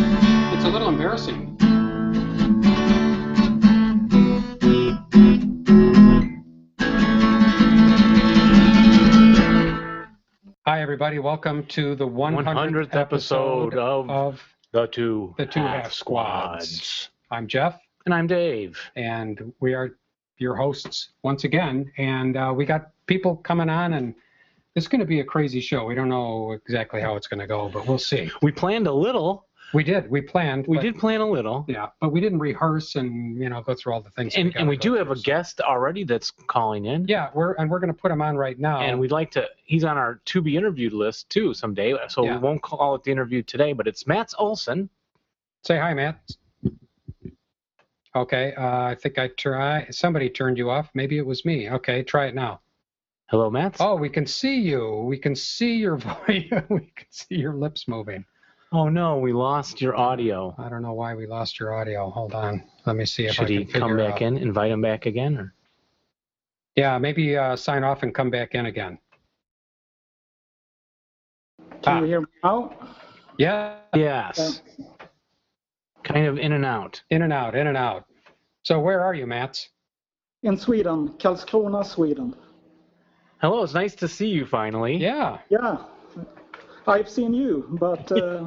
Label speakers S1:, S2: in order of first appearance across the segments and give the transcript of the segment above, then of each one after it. S1: a little embarrassing. Hi, everybody. Welcome to the 100th
S2: 100th episode
S1: episode
S2: of-
S1: of
S2: The two.
S1: The Two Half Squads. I'm Jeff,
S2: And I'm Dave.
S1: and we are your hosts once again. And uh, we got people coming on, and it's going to be a crazy show. We don't know exactly how it's going to go, but we'll see.
S2: We planned a little.
S1: We did. We planned.
S2: We
S1: but-
S2: did plan a little.
S1: Yeah, but we didn't rehearse and you know go through all the things. that
S2: And, and
S1: gotta
S2: we
S1: go
S2: do have
S1: through,
S2: a
S1: so-
S2: guest already that's calling in.
S1: Yeah, we're and we're going to put him on right now.
S2: And we'd like to, he's on our to be interviewed list too someday. So
S1: Yeah.
S2: we won't call it the interview today, but it's Matt Olson.
S1: say hi, Matt. Okay, uh, I think I try. Somebody turned you off. Maybe it was me. Okay, try it now.
S2: Hello, Matt.
S1: Oh, we can see you. We can see your voice. we can see your lips moving.
S2: Oh, no, we lost your audio.
S1: I don't know why we lost your audio. Hold on. Let me see if I
S2: Should
S1: can
S2: he come
S1: figure
S2: back
S1: out.
S2: in, invite him back again? Or?
S1: Yeah, maybe uh, sign off and come back in again.
S3: Can
S1: Ah.
S3: you hear me now?
S1: Yeah.
S2: Yes. Kind of in and out.
S1: In and out, in and out. So where are you, Matt?
S3: In Sweden, Karlskrona, Sweden.
S2: Hello, it's nice to see you finally.
S1: Yeah.
S3: Yeah, I've seen you, but uh,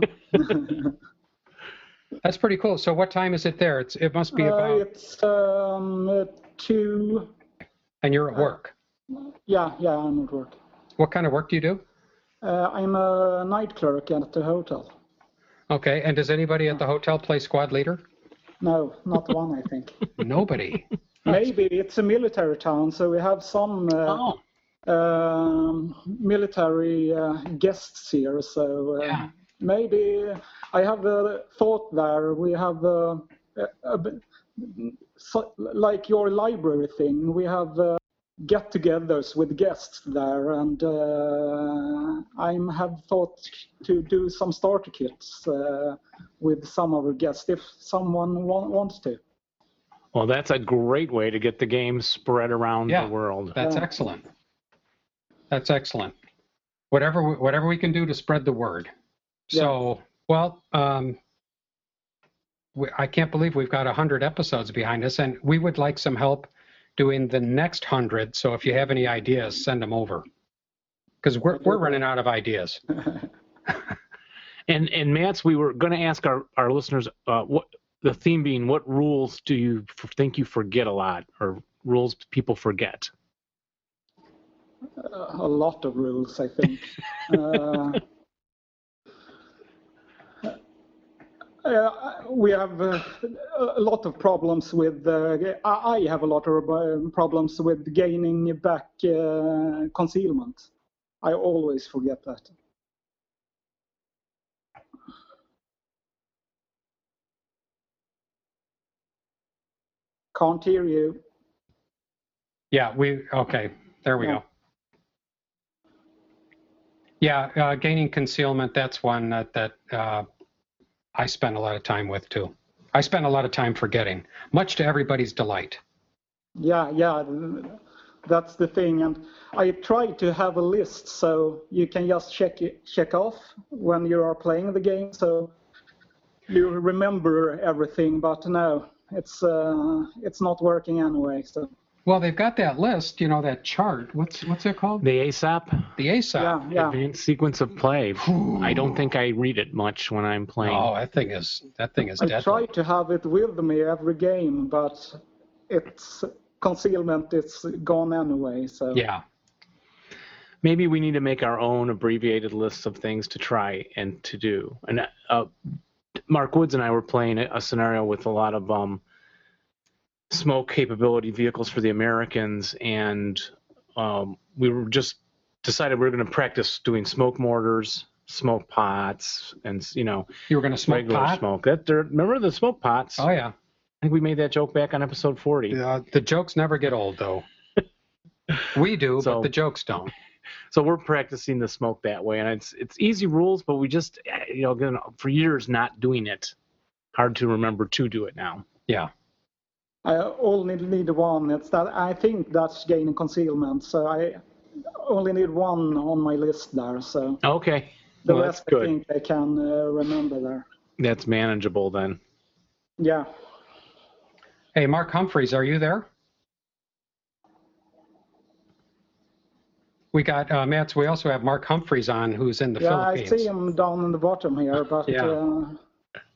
S1: That's pretty cool. So what time is it there? It's it must be
S3: uh,
S1: about
S3: it's um, uh, two.
S1: and you're at work.
S3: Yeah, yeah, I'm at work.
S1: What kind of work do you do?
S3: Uh, I'm a night clerk at the hotel.
S1: Okay. And does anybody at the hotel play squad leader?
S3: No, not one, I think.
S1: Nobody.
S3: Maybe it's a military town, so we have some uh,
S1: oh,
S3: um, military uh, guests here. So uh,
S1: Yeah.
S3: maybe I have a thought there. We have uh, a, a b- so, like your library thing. We have uh, get-togethers with guests there, and uh, I have thought to do some starter kits uh, with some of our guests if someone wa- wants to.
S2: Well, that's a great way to get the game spread around
S1: Yeah.
S2: the world.
S1: that's
S3: Yeah.
S1: excellent. That's excellent. Whatever we, whatever we can do to spread the word. So well, um, we, I can't believe we've got hundred episodes behind us, and we would like some help doing the next hundred. So if you have any ideas, send them over because we're we're running out of ideas.
S2: And and Matt's, we were going to ask our our listeners uh, what the theme being. What rules do you f- think you forget a lot, or rules people forget?
S3: a lot of rules, I think. uh, uh, we have uh, a lot of problems with. Uh, I I have a lot of um, problems with gaining back uh, concealment. I always forget that. Can't hear you.
S1: Yeah, we, okay, there we
S3: Yeah.
S1: go. Yeah, uh, gaining concealment, that's one that, that uh, I spend a lot of time with too. I spend a lot of time forgetting, much to everybody's delight.
S3: Yeah, yeah, th- that's the thing. And I try to have a list so you can just check it, check off when you are playing the game, so you remember everything. But no, it's uh, it's not working anyway. So
S1: Well, they've got that list, you know, that chart. What's what's it called?
S2: The ASAP
S1: The ASAP.
S3: yeah, yeah,
S2: advanced sequence of play. I don't think I read it much when I'm playing.
S1: Oh, that thing is that thing is
S3: I
S1: deadly.
S3: try to have it with me every game, but it's concealment. It's gone anyway. So
S1: Yeah,
S2: Maybe we need to make our own abbreviated lists of things to try and to do. And uh, Mark Woods and I were playing a, a scenario with a lot of um, smoke capability vehicles for the Americans, and um, we were just decided we were going to practice doing smoke mortars, smoke pots, and you know
S1: you were gonna smoke
S2: regular
S1: pot.
S2: smoke. That there- remember the smoke pots?
S1: Oh
S2: I
S1: yeah.
S2: think we made that joke back on episode forty.
S1: Uh, the jokes never get old though. We do, but
S2: So-
S1: the jokes don't.
S2: so we're practicing the smoke that way and it's it's easy rules but we just eh, you know again, for years not doing it hard to remember to do it now
S1: Yeah.
S3: I only need one. It's that I think that's gaining concealment. So I only need one on my list there. So
S2: okay
S3: the
S2: well, that's
S3: rest I
S2: good
S3: think I can uh, remember there.
S2: that's manageable then.
S3: Yeah.
S1: Hey, Mark Humphreys, are you there? We got uh, Mats. We also have Mark Humphreys on, who's in the
S3: Yeah, I
S1: Philippines.
S3: see him down in the bottom here, but
S1: Yeah.
S3: uh,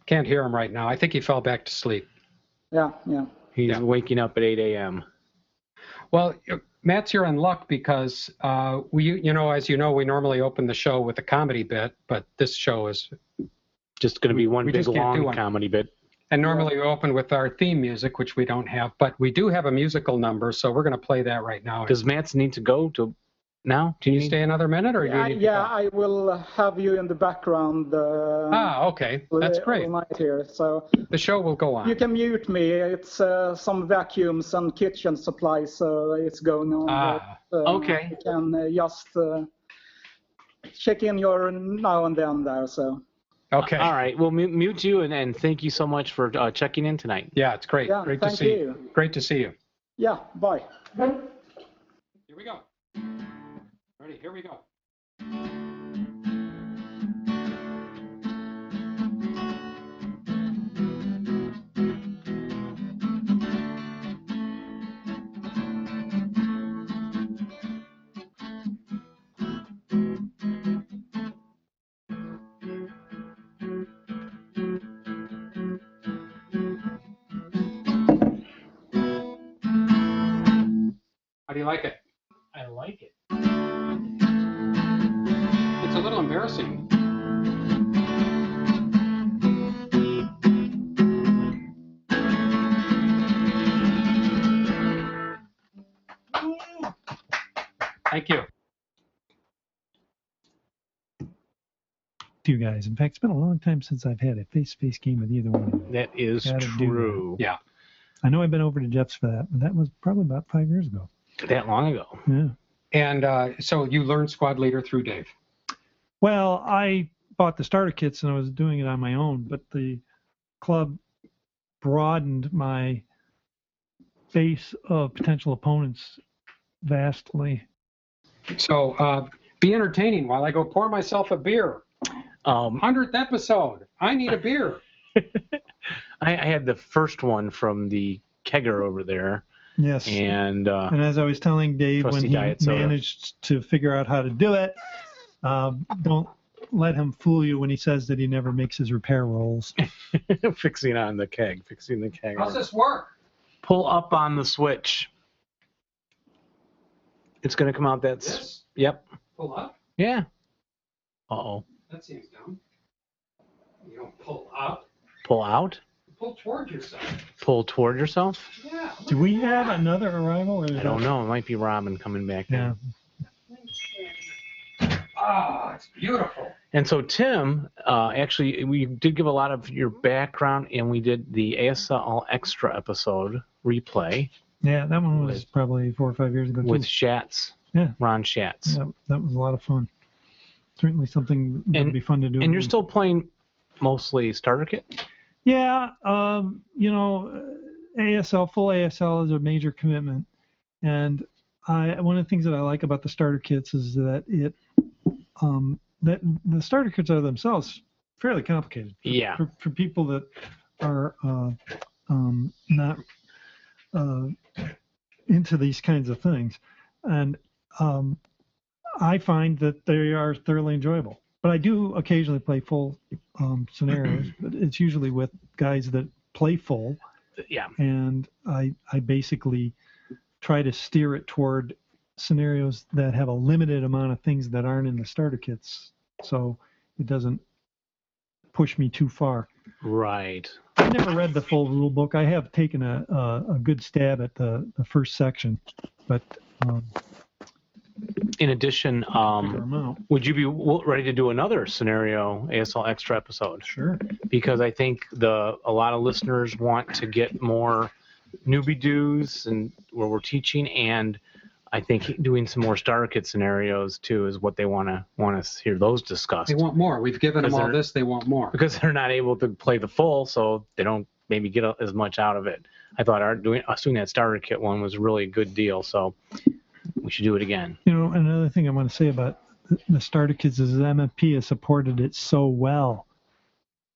S1: Can't hear him right now. I think he fell back to sleep.
S3: yeah, yeah.
S2: He's
S1: Yeah.
S2: waking up at 8 a.m.
S1: Well, Matt's you're in luck because uh, we, you know, as you know, we normally open the show with a comedy bit, but this show is,
S2: Just going to be one
S1: we
S2: big
S1: just can't do
S2: long
S1: one.
S2: comedy bit.
S1: and normally we open with our theme music, which we don't have, but we do have a musical number, so we're going to play that right now.
S2: Does Matt's need to go to now? Do
S1: Can
S2: you
S1: you
S2: need,
S1: stay another minute, or do you
S3: I,
S1: need
S3: yeah,
S1: to
S3: I will have you in the background. Uh,
S1: go? Ah, okay,
S3: all-
S1: that's
S3: all
S1: great.
S3: night here, so
S1: The show will go on.
S3: you can mute me. It's uh, some vacuums and kitchen supplies, so it's going on.
S1: Ah,
S3: but, uh,
S2: okay.
S3: You can uh, just uh, check in your now and then there. So
S1: okay.
S2: All right. Well, mute, mute you and, and thank you so much for uh, checking in tonight.
S1: Yeah, it's great.
S3: Yeah,
S1: great to
S3: thank
S1: see
S3: you.
S1: Great to see you.
S3: yeah, bye.
S1: Here we go. Ready? Here we go. How do you like it?
S2: I like it.
S1: It's a little embarrassing. Thank you.
S4: to you guys. In fact, it's been a long time since I've had a face-to-face game with either one. of you.
S2: That is
S4: Gotta do that.
S2: true.
S1: Yeah.
S4: I know I've been over to Jeff's for that, but that was probably about five years ago.
S2: That long ago.
S4: Yeah.
S1: And uh, so you learned squad leader through Dave.
S4: Well, I bought the starter kits and I was doing it on my own, but the club broadened my base of potential opponents vastly.
S1: So uh, be entertaining while I go pour myself a beer.
S2: Um,
S1: 100th episode. I need a beer.
S2: I, I had the first one from the kegger over there,
S4: Yes.
S2: and uh,
S4: And as I was telling Dave when
S2: Trusty
S4: he
S2: diet soda.
S4: managed to figure out how to do it, um, don't let him fool you when he says that he never makes his repair rolls.
S2: fixing on the keg, fixing the keg.
S1: How's this work?
S2: Pull up on the switch. It's going to come out. That's
S1: This?
S2: yep.
S1: Pull up?
S2: Yeah. Uh oh.
S1: That seems dumb. You don't pull up.
S2: Pull out.
S1: Pull toward yourself.
S2: Pull toward yourself.
S1: Yeah.
S4: Do we have another arrival? Or is
S2: I
S4: that-
S2: don't know. It might be Robin coming back. now.
S4: Yeah.
S1: Ah, it's beautiful.
S2: And so, Tim, uh, actually, we did give a lot of your background, and we did the ASL All Extra episode replay
S4: Yeah, that one was
S2: With-
S4: probably four or five years ago.
S2: with
S4: too.
S2: Shatz,
S4: Yeah.
S2: Ron Shatz.
S4: Yeah, that was a lot of fun. Certainly something that
S2: And-
S4: would be fun to do.
S2: And you're still playing mostly starter kit?
S4: Yeah, um, you know, uh, ASL, full ASL is a major commitment. And I, one of the things that I like about the starter kits is that it, um, that the starter kits are themselves fairly complicated
S2: Yeah.
S4: for, for people that are uh, um, not uh, into these kinds of things. And um, I find that they are thoroughly enjoyable. But I do occasionally play full um, scenarios, but it's usually with guys that play full,
S2: Yeah.
S4: and I I basically try to steer it toward scenarios that have a limited amount of things that aren't in the starter kits, so it doesn't push me too far.
S2: Right.
S4: I never read the full rule book. I have taken a, a, a good stab at the, the first section, but um,
S2: In addition,
S4: fair
S2: um,
S4: amount.
S2: would you be w- ready to do another scenario ASL Extra episode?
S4: Sure.
S2: Because I think the a lot of listeners want to get more newbie dues and where we're teaching, and I think doing some more starter kit scenarios too is what they want to want us hear those discussed
S1: They want more. We've given them
S2: Is
S1: all
S2: there-
S1: this. They want more.
S2: because they're not able to play the full, so they don't maybe get a- as much out of it. I thought our doing us doing that starter kit one was really a good deal, so we should do it again.
S4: You know, another thing I want to say about the- the starter kids is MFP has supported it so well.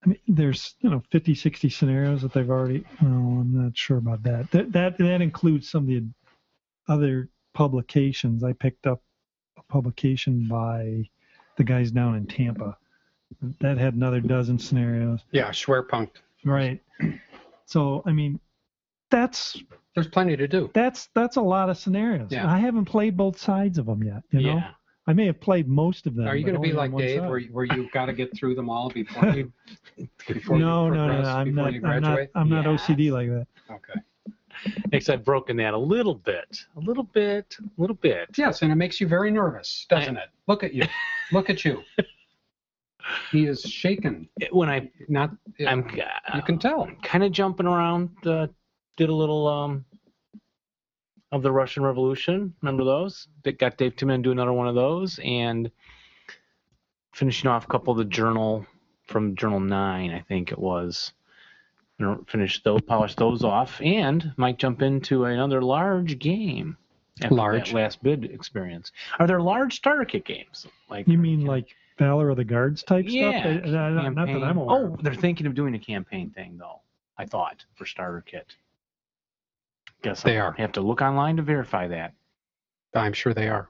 S4: I mean, there's you know 50, 60 scenarios that they've already. Well, I'm not sure about that. That that that includes some of the other publications. I picked up a publication by the guys down in Tampa that had another dozen scenarios.
S1: Yeah, Schwerpunkt.
S4: Right. So I mean, that's
S1: There's plenty to do.
S4: that's that's a lot of scenarios.
S1: Yeah.
S4: I haven't played both sides of them yet. You know,
S2: Yeah.
S4: I may have played most of them.
S1: Are you
S4: but
S1: going to be
S4: only on
S1: like
S4: one
S1: Dave,
S4: side.
S1: where, where you've got to get through them all before you before
S4: no, no,
S1: you
S4: no,
S1: progress,
S4: no, I'm
S1: before
S4: not.
S1: you
S4: I'm not.
S1: graduate?
S4: I'm not
S2: Yeah.
S4: OCD like that.
S1: Okay.
S2: Except I've broken that a little bit, a little bit, a little bit.
S1: Yes, and it makes you very nervous, doesn't it? Look at you. Look at you. He is shaken.
S2: It- When I,
S1: Not.
S2: I'm,
S1: you can tell.
S2: kind of jumping around. Uh, did a little um, of the Russian Revolution. Remember those? That got Dave Timmon to do another one of those, and finishing off a couple of the journal from Journal Nine, I think it was. You know, Finish those, polish those off, and might jump into another large game. After
S1: Large.
S2: that last bid experience. Are there large starter kit games? Like
S4: You mean like Valor of the Guards type
S2: yeah,
S4: stuff? I- I- I- not that I'm
S2: campaign.
S4: aware.
S2: Oh,
S4: of.
S2: they're thinking of doing a campaign thing though. I thought for starter kit. Guess
S1: They
S2: I'll
S1: are.
S2: Have to look online to verify that.
S1: I'm sure they are.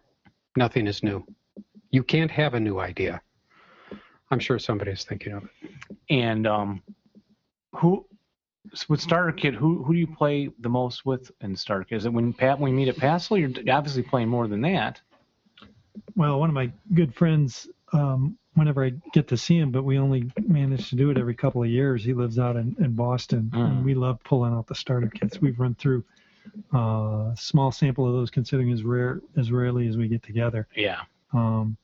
S1: Nothing is new. You can't have a new idea. I'm sure somebody is thinking of it.
S2: And um, who so with starter kit? Who who do you play the most with in starter kit? Is it when Pat when you meet at Passel? You're obviously playing more than that.
S4: Well, one of my good friends. Um, whenever I get to see him, but we only manage to do it every couple of years. He lives out in, in Boston,
S2: Mm.
S4: and we love pulling out the starter kits. We've run through uh, a small sample of those, considering as rare as rarely as we get together.
S2: Yeah.
S4: Um,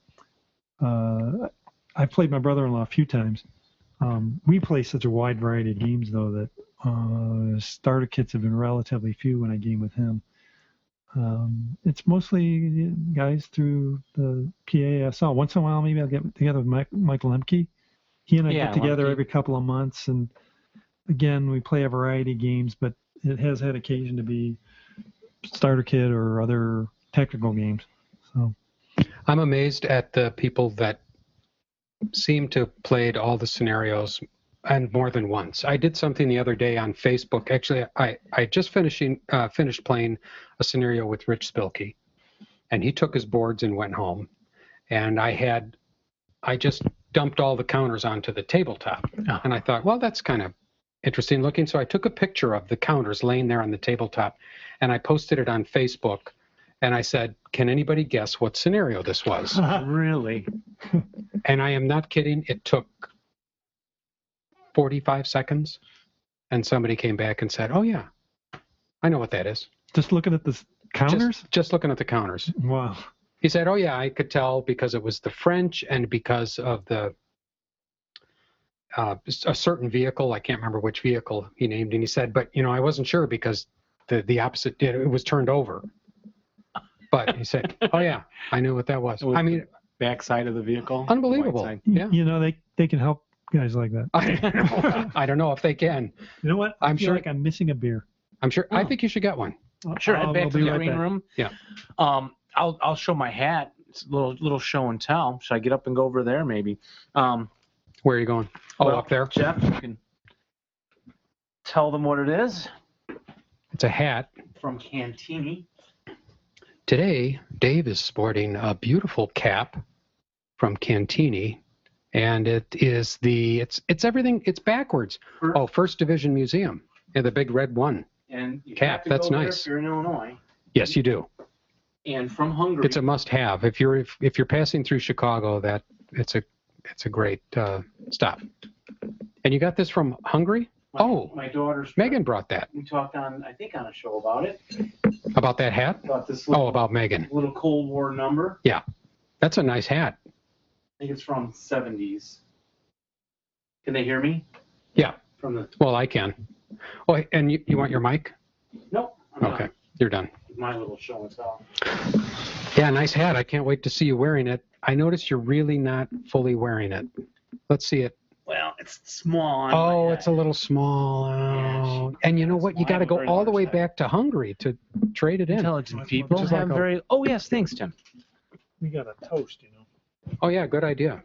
S4: uh, I've played my brother-in-law a few times. Um, we play such a wide variety of games, though, that uh, starter kits have been relatively few when I game with him. Um, it's mostly guys through the PASL. Once in a while, maybe I'll get together with Mike, Michael Lemke. He and I
S2: Yeah,
S4: get together
S2: Lemke.
S4: every couple of months, and again, we play a variety of games, but it has had occasion to be starter kit or other tactical games. So,
S1: I'm amazed at the people that seem to have played all the scenarios and more than once. I did something the other day on Facebook. Actually, I, I just finishing uh, finished playing a scenario with Rich Spilkey, and he took his boards and went home. And I had I just dumped all the counters onto the tabletop,
S2: Ah.
S1: and I thought, well, that's kind of interesting looking. So I took a picture of the counters laying there on the tabletop, and I posted it on Facebook. And I said, "Can anybody guess what scenario this was?"
S2: really.
S1: And I am not kidding. It took 45 seconds. And somebody came back and said, Oh, yeah, I know what that is.
S4: Just looking at the s-
S1: Just-
S4: counters?
S1: Just, looking at the counters.
S4: wow.
S1: He said, Oh, yeah, I could tell because it was the French and because of the. Uh, a certain vehicle, I can't remember which vehicle he named, and he said, "But you know, I wasn't sure because the the opposite did it was turned over." But he said, "Oh yeah, I knew what that was."
S2: It was
S1: I mean,
S2: Backside of the vehicle.
S1: unbelievable.
S2: White side.
S1: Yeah,
S4: You know, they, they can help guys like that.
S1: I don't, know. I don't know if they can.
S4: You know what?
S1: I'm
S4: I feel
S1: sure-
S4: like I'm missing a beer.
S1: I'm sure. I
S2: Oh.
S1: think you should get one.
S2: Sure, head
S4: I'll-
S2: back
S4: I'll
S2: to
S4: be
S2: the
S4: right
S2: green
S4: back.
S2: room.
S1: Yeah.
S2: Um, I'll I'll show my hat. It's a little little show and tell. Should I get up and go over there maybe? Um,
S1: Where are you going? Oh,
S2: Well,
S1: up there.
S2: Jeff, you can tell them what it is
S1: It's a hat.
S2: from Cantini.
S1: Today, Dave is sporting a beautiful cap from Cantini, and it is the it's it's everything. It's backwards. Oh, First Division Museum. Yeah, the big red one.
S2: and you
S1: Cap,
S2: have to
S1: that's
S2: go there
S1: nice.
S2: If you're in Illinois
S1: Yes, you do.
S2: and from Hungary.
S1: It's a must-have. If you're if, if you're passing through Chicago, that it's a it's a great uh, stop. And you got this from Hungary.
S2: my,
S1: oh.
S2: my daughter's.
S1: Megan brought that
S2: We talked on I think on a show about it
S1: about that hat.
S2: about this
S1: Oh,
S2: little,
S1: about Megan.
S2: little Cold War number.
S1: That's a nice hat.
S2: I think it's from 70s. Can they hear me?
S1: Yeah.
S2: From the
S1: Well, I can. Oh, and you, you want your mic?
S2: nope. I'm
S1: Okay,
S2: done
S1: you're done.
S2: with My little show and tell.
S1: Yeah, nice hat. I can't wait to see you wearing it. I notice you're really not fully wearing it. Let's see it.
S2: Well, it's small. on my
S1: Oh,
S2: head.
S1: it's a little small.
S2: Yeah,
S1: Oh. And you know what? You
S2: Well, I
S1: got to
S2: have a
S1: go
S2: very
S1: all the
S2: large
S1: way
S2: hat.
S1: back to Hungary to trade it in.
S2: Intelligent
S4: Which
S2: people
S1: is like
S2: have
S1: a-
S2: very. Oh yes, thanks, Tim.
S4: We got a toast, you know.
S1: Oh yeah, good idea.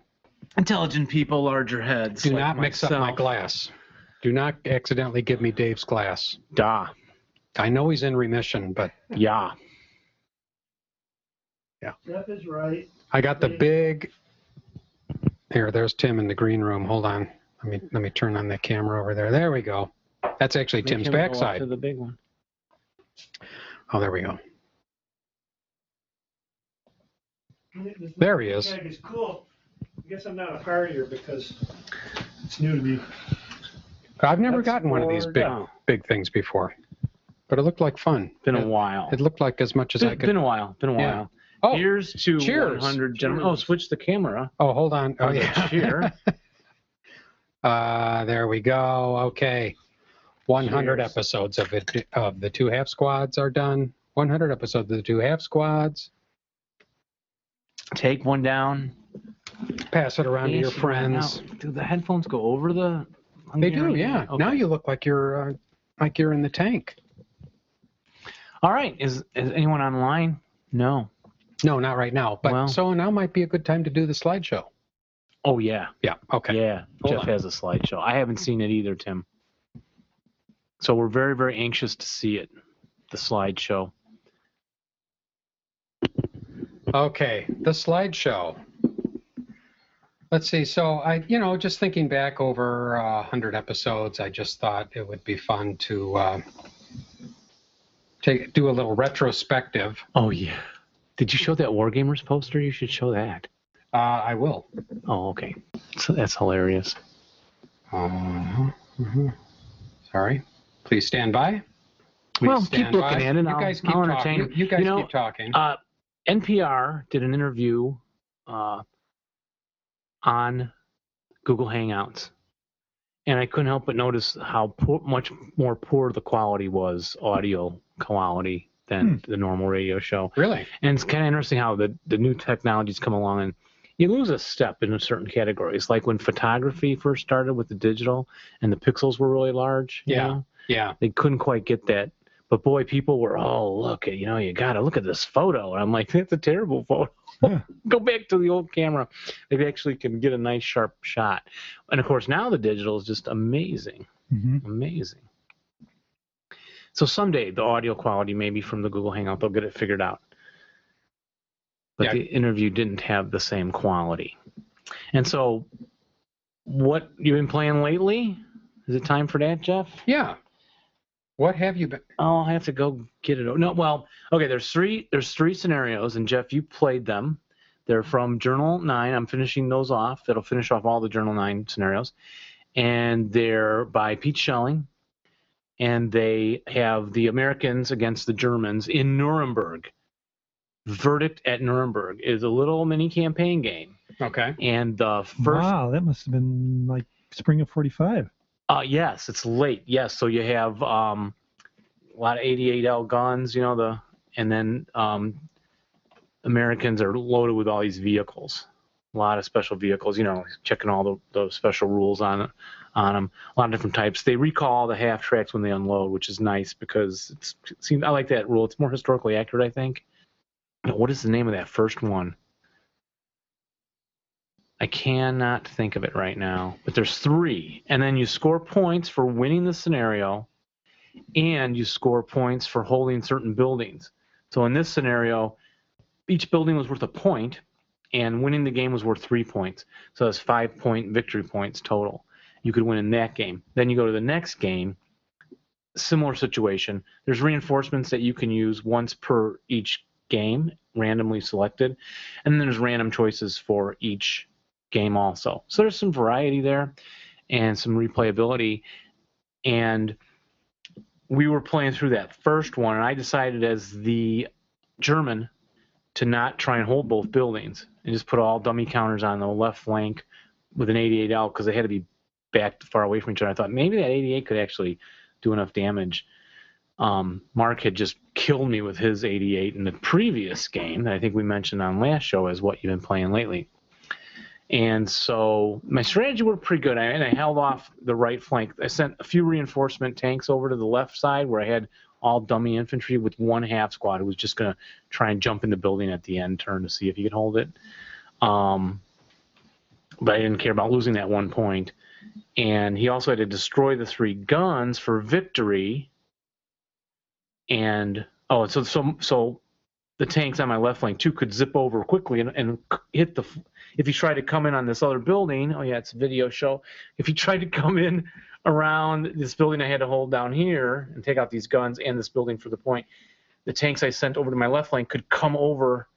S2: Intelligent people, larger heads.
S1: Do
S2: like
S1: not mix up my
S2: myself.
S1: glass. Do not accidentally give me Dave's glass.
S2: Da.
S1: I know he's in remission, but
S2: Yeah.
S4: Steph is right.
S1: I got the
S4: Yeah.
S1: big. Here, there's Tim in the green room. Hold on. Let me let me turn on the camera over there. There we go. That's actually
S2: Make
S1: Tim's
S2: him go up
S1: backside.
S2: To the big one.
S1: Oh, there we go. There he is.
S4: It's cool. I guess I'm not a partier because it's new to me.
S1: I've never
S2: That's
S1: gotten one of these
S2: for-
S1: big
S2: no.
S1: big things before, but it looked like fun.
S2: Been a
S1: It-
S2: while.
S1: It looked like as much as I
S2: Been,
S1: could.
S2: been a while. Been a
S1: Yeah.
S2: while.
S1: oh,
S2: Here's to
S1: cheers.
S2: 100 gentlemen. Oh,
S4: Cheers.
S2: switch the camera.
S1: oh, hold on. Oh yeah.
S2: Cheer.
S1: Uh, there we go. Okay. 100
S2: Cheers.
S1: episodes of it of the two half squads are done. 100 episodes of the two half squads.
S2: Take one down.
S1: Pass it around to your
S2: Yes, you went
S1: friends.
S2: out. Do the headphones go over the?
S1: They do, yeah. Now you look like you're uh, like you're in the tank.
S2: All right. Is is anyone online? No.
S1: No, not right now. But
S2: Wow.
S1: so now might be a good time to do the slideshow.
S2: Oh yeah.
S1: Yeah. Okay.
S2: Yeah.
S1: Hold
S2: Jeff
S1: on.
S2: has a slideshow. I haven't seen it either, Tim. So we're very very anxious to see it, the slideshow.
S1: Okay, the slideshow. Let's see. So I, you know, just thinking back over uh, 100 episodes, I just thought it would be fun to uh, take do a little retrospective.
S2: Oh yeah. Did you show that Wargamers poster? You should show that.
S1: Uh, I will.
S2: Oh okay. So that's hilarious.
S1: Uh, mhm. Sorry. Please stand by. Please
S2: Well, keep
S1: stand
S2: looking
S1: by.
S2: at it.
S1: You
S2: I'll-
S1: guys keep
S2: I'll
S1: talking.
S2: entertain it.
S1: You, you guys
S2: You know,
S1: keep talking.
S2: Uh, NPR did an interview uh, on Google Hangouts, and I couldn't help but notice how poor, much more poor the quality was, audio quality, than the normal radio show.
S1: Hmm. really?
S2: And it's kind of interesting how the, the new technologies come along and you lose a step in a certain categories. Like when photography first started with the digital and the pixels were really large. you
S1: Yeah.
S2: know?
S1: Yeah.
S2: they couldn't quite get that. But boy, people were, oh, look, you know, you got to look at this photo. And I'm like, that's a terrible photo.
S4: Yeah.
S2: Go back to the old camera. They actually can get a nice, sharp shot. And of course, now the digital is just amazing.
S4: hmm
S2: Amazing. So someday, the audio quality, maybe from the Google Hangout, they'll get it figured out. But
S1: Yeah.
S2: the interview didn't have the same quality. And so, what you've been playing lately? Is it time for that, Jeff?
S1: Yeah. What have you been?
S2: I'll have to go get it. o- No, well, okay. There's three. There's three scenarios, and Jeff, you played them. They're from Journal Nine. I'm finishing those off. It'll finish off all the Journal Nine scenarios, and they're by Pete Schelling, and they have the Americans against the Germans in Nuremberg. Verdict at Nuremberg is a little mini campaign game,
S1: Okay.
S2: and the first
S4: Wow, that must have been like spring of 45.
S2: Uh, yes, it's late. Yes, so you have um, a lot of 88L guns, you know the, and then um, Americans are loaded with all these vehicles, a lot of special vehicles. You know, checking all the, the special rules on on them, a lot of different types. They recall the half tracks when they unload, which is nice because it's it seems I like that rule. It's more historically accurate, I think. What is the name of that first one? I cannot think of it right now, but there's three. And then you score points for winning the scenario, and you score points for holding certain buildings. So in this scenario, each building was worth a point, and winning the game was worth three points. So that's five point victory points total. You could win in that game. Then you go to the next game, similar situation. There's reinforcements that you can use once per each game, randomly selected. And then there's random choices for each game also. So there's some variety there and some replayability. And we were playing through that first one, and I decided as the German to not try and hold both buildings and just put all dummy counters on the left flank with an 88 out because they had to be backed far away from each other. I thought maybe that 88 could actually do enough damage. Um, Mark had just killed me with his 88 in the previous game that I think we mentioned on last show as what you've been playing lately. And so my strategy were pretty good. I, and I held off the right flank. I sent a few reinforcement tanks over to the left side where I had all dummy infantry with one half squad who was just going to try and jump in the building at the end turn to see if he could hold it. Um, but I didn't care about losing that one point. And he also had to destroy the three guns for victory. And oh, so so so the tanks on my left flank too could zip over quickly and, and hit the. If he tried to come in on this other building, oh yeah, it's a video show. If he tried to come in around this building, I had to hold down here and take out these guns and this building for the point. The tanks I sent over to my left flank could come over,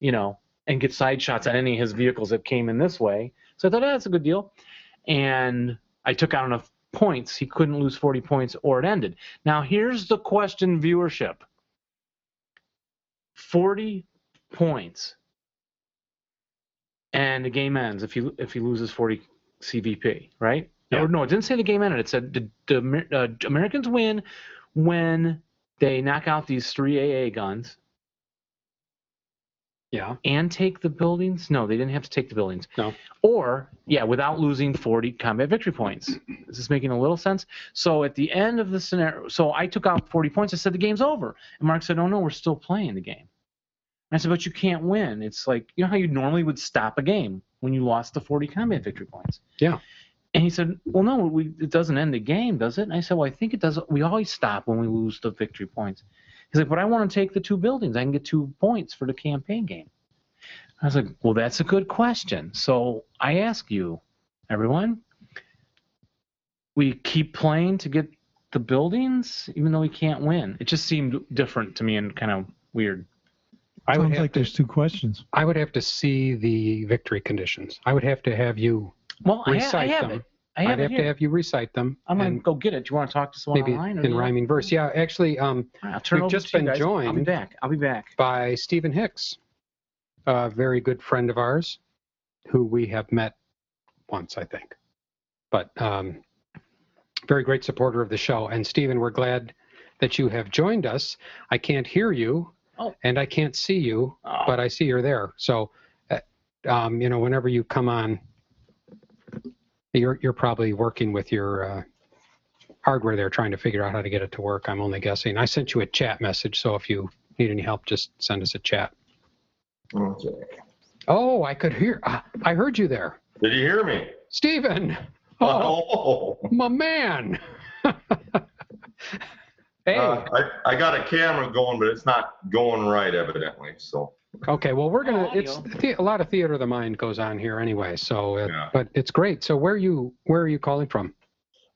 S2: you know, and get side shots on any of his vehicles that came in this way. So I thought, oh, that's a good deal. And I took out enough points. He couldn't lose 40 points or it ended. Now, here's the question viewership 40 points. And the game ends if he if he loses 40 CVP, right?
S1: Yeah.
S2: Or no, it didn't say the game ended. It said the, the Amer- uh, Americans win when they knock out these three AA guns
S1: Yeah.
S2: and take the buildings? No, they didn't have to take the buildings.
S1: No.
S2: Or, yeah, without losing 40 combat victory points. Is this making a little sense? So at the end of the scenario, so I took out 40 points. I said, the game's over. And Mark said, oh, no, we're still playing the game. And I said, but you can't win. It's like, you know how you normally would stop a game when you lost the 40 combat victory points?
S1: Yeah.
S2: And he said, well, no, we, it doesn't end the game, does it? And I said, well, I think it does. We always stop when we lose the victory points. He's like, but I want to take the two buildings. I can get two points for the campaign game. I was like, well, that's a good question. So I ask you, everyone, we keep playing to get the buildings, even though we can't win. It just seemed different to me and kind of weird.
S1: I would
S4: Sounds
S1: have
S4: like
S1: to,
S4: there's two questions.
S1: I would have to see the victory conditions. I would have to have you
S2: Well, I, ha- I
S1: recite
S2: have
S1: them.
S2: it. I have
S1: I'd
S2: it
S1: have
S2: here.
S1: to have you recite them.
S2: I'm gonna
S1: and
S2: go get it. Do you want to talk to someone
S1: maybe
S2: online?
S1: in rhyming verse. Yeah, actually, um,
S2: I'll turn
S1: We've
S2: over
S1: just
S2: to you
S1: been
S2: guys. I'll be
S1: joined.
S2: back. I'll be back.
S1: by Stephen Hicks, a very good friend of ours, who we have met once, I think, but um, very great supporter of the show. And Stephen, we're glad that you have joined us. I can't hear you,
S2: Oh.
S1: and I can't see you,
S2: Oh.
S1: but I see you're there. So, uh, um, you know, whenever you come on, you're you're probably working with your uh, hardware there, trying to figure out how to get it to work. I'm only guessing. I sent you a chat message, so if you need any help, just send us a chat.
S5: Okay.
S1: Oh, I could hear. ah, I heard you there,
S5: Did you hear me?
S1: Stephen. Oh,
S5: Oh.
S1: my man. hey.
S5: Uh, I, I got a camera going, but it's not going right evidently, so.
S1: Okay, well, we're gonna.
S2: Audio.
S1: It's the, a lot of theater of the mind goes on here anyway. So, uh
S5: Yeah.
S1: but it's great. So, where are you where are you calling from?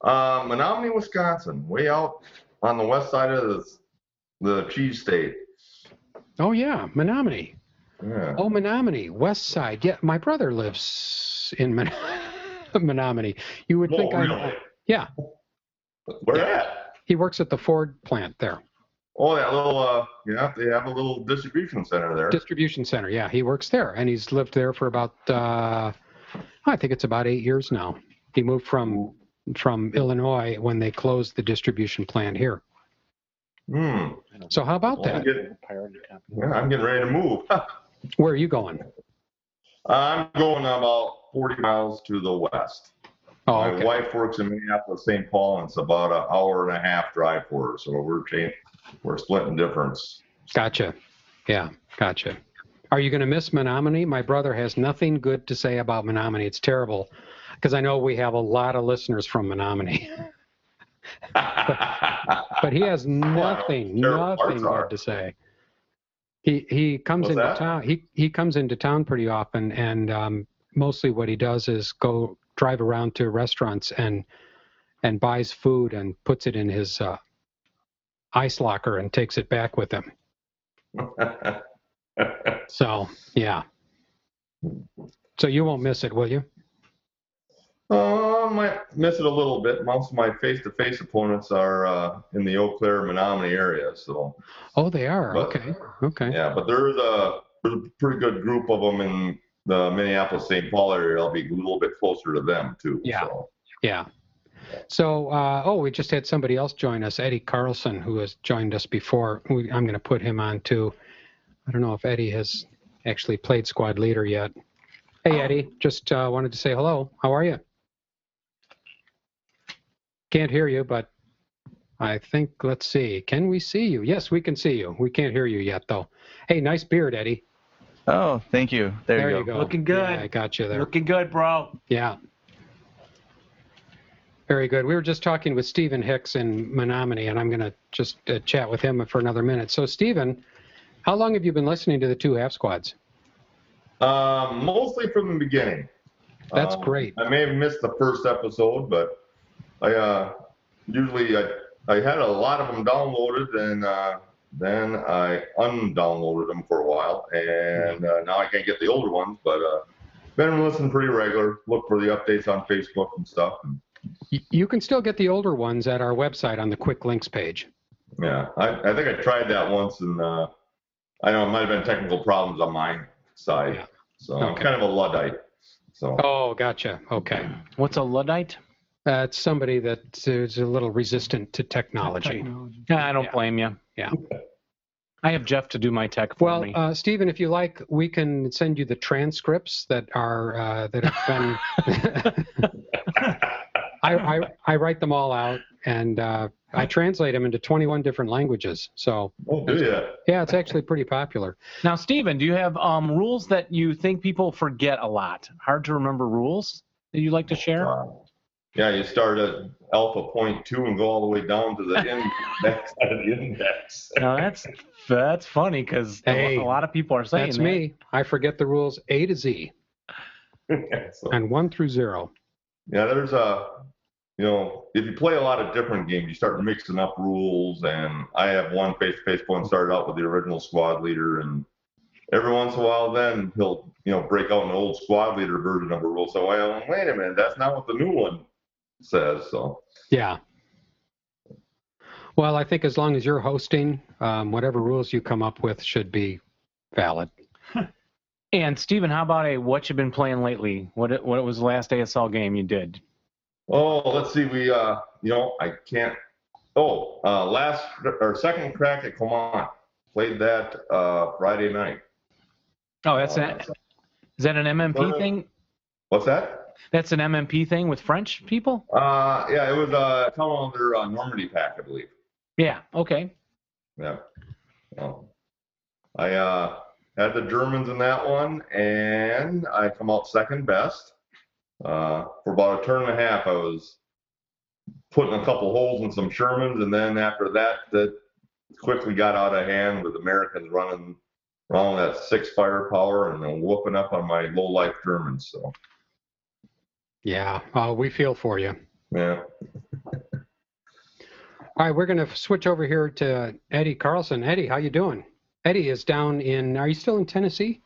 S5: Uh, Menominee, Wisconsin, way out on the west side of the, the cheese state.
S1: Oh yeah, Menominee.
S5: Yeah.
S1: Oh, Menominee, West Side. Yeah, my brother lives in Men- Menominee. You would think
S5: Oh,
S1: I.
S5: really?
S1: Yeah,
S5: Where at?
S1: he works at the Ford plant there,
S5: Oh, that little, uh, yeah, they have a little distribution center there.
S1: distribution center. Yeah, he works there, and he's lived there for about. Uh, I think it's about eight years now. He moved from from Illinois when they closed the distribution plant here.
S5: Hmm.
S1: So how about
S5: Well, I'm
S1: that?
S5: getting, yeah, I'm getting ready to move.
S1: Where are you going?
S5: I'm going about 40 miles to the west.
S1: Oh,
S5: My
S1: okay.
S5: wife works in Minneapolis, St. Paul, and it's about an hour and a half drive for her, so we're changing, we're splitting difference.
S1: Gotcha. Yeah, gotcha. Are you going to miss Menominee? My brother has nothing good to say about Menominee. It's terrible because I know we have a lot of listeners from Menominee, but he has nothing,
S5: terrible
S1: nothing
S5: parts are.
S1: good to say. He he comes
S5: What's
S1: into
S5: that?
S1: town. He he comes into town pretty often, and um, mostly what he does is go drive around to restaurants and and buys food and puts it in his uh, ice locker and takes it back with him. So yeah. So you won't miss it, will you?
S5: Uh, I might miss it a little bit. Most of my face-to-face opponents are uh, in the Eau Claire, Menominee area, so
S1: Oh, they are.
S5: But-
S1: okay. Okay.
S5: yeah. But there's a, there's a pretty good group of them in the Minneapolis-St. Paul area. I'll be a little bit closer to them too.
S1: Yeah.
S5: So.
S1: Yeah. So, uh, oh, we just had somebody else join us, Eddie Carlson, who has joined us before. We, I'm going to put him on too. I don't know if Eddie has actually played squad leader yet. Hey, Eddie, just uh, wanted to say hello. How are you? Can't hear you, but I think, let's see. Can we see you? Yes, we can see you. We can't hear you yet, though. Hey, nice beard, Eddie.
S6: Oh, thank you. There,
S1: There
S6: you go.
S2: Looking good.
S1: Yeah, I got you there.
S2: Looking good, bro.
S1: Yeah. Very good. We were just talking with Stephen Hicks in Menominee, and I'm going to just uh, chat with him for another minute. So, Stephen, how long have you been listening to the two half squads?
S5: Um, mostly from the beginning.
S1: That's
S5: Um,
S1: great.
S5: I may have missed the first episode, but I uh, usually I, I had a lot of them downloaded and uh, then I undownloaded them for a while,
S1: Mm-hmm.
S5: and uh, now I can't get the older ones. But uh, been listening pretty regular. Look for the updates on Facebook and stuff. And,
S1: Y- You can still get the older ones at our website on the quick links page.
S5: yeah, I, I think I tried that once, and uh, I know it might have been technical problems on my side,
S1: Yeah.
S5: so I'm
S1: Okay.
S5: kind of a luddite. So
S1: Oh, gotcha. Okay.
S2: What's a Luddite?
S1: Uh, it's somebody that is a little resistant to technology.
S4: Technology.
S2: Nah, I don't
S1: Yeah.
S2: blame you.
S1: Yeah.
S2: I have Jeff to do my tech for
S1: Well,
S2: me.
S1: uh, Stephen, if you like, we can send you the transcripts that are uh, that have been. I, I I write them all out and uh, I translate them into 21 different languages. So
S5: oh, do ya?
S1: yeah, it's actually pretty popular.
S2: now, Steven, do you have um, rules that you think people forget a lot? Hard to remember rules that you like to share?
S5: Uh, Yeah, you start at alpha point two and go all the way down to the index of the index.
S2: now that's that's funny because
S1: Hey,
S2: a lot of people are saying
S1: That's
S2: that.
S1: me. I forget the rules A to Z
S5: So,
S1: and one through zero.
S5: yeah, there's a, you know, if you play a lot of different games, you start mixing up rules. And I have one face-to-face one started out with the original squad leader, and every once in a while, then he'll, you know, break out an old squad leader version of a rule. So well, wait a minute, that's not what the new one says. So
S1: Yeah. Well, I think as long as you're hosting, um, whatever rules you come up with should be valid.
S2: And Steven, how about a what you've been playing lately? What what was the last ASL game you did?
S5: Oh, let's see. We, uh, you know, I can't. Oh, uh, last or second crack at Command. Played that uh, Friday night.
S2: Oh, that's
S5: Uh,
S2: an, is that an MMP
S5: uh,
S2: thing?
S5: What's that?
S2: That's an MMP thing with French people?
S5: Uh, yeah, it was uh, come on their uh, Normandy pack, I believe.
S2: Yeah. Okay.
S5: Yeah. Um, I uh, had the Germans in that one, and I come out second best. Uh, for about a turn and a half, I was putting a couple holes in some Shermans, and then after that, that quickly got out of hand with Americans running around that six firepower and then whooping up on my low life Germans. So
S1: Yeah. Uh, we feel for you.
S5: yeah,
S1: All right, we're going to switch over here to Eddie Carlson. Eddie, how you doing? Eddie is down in. Are you still in Tennessee?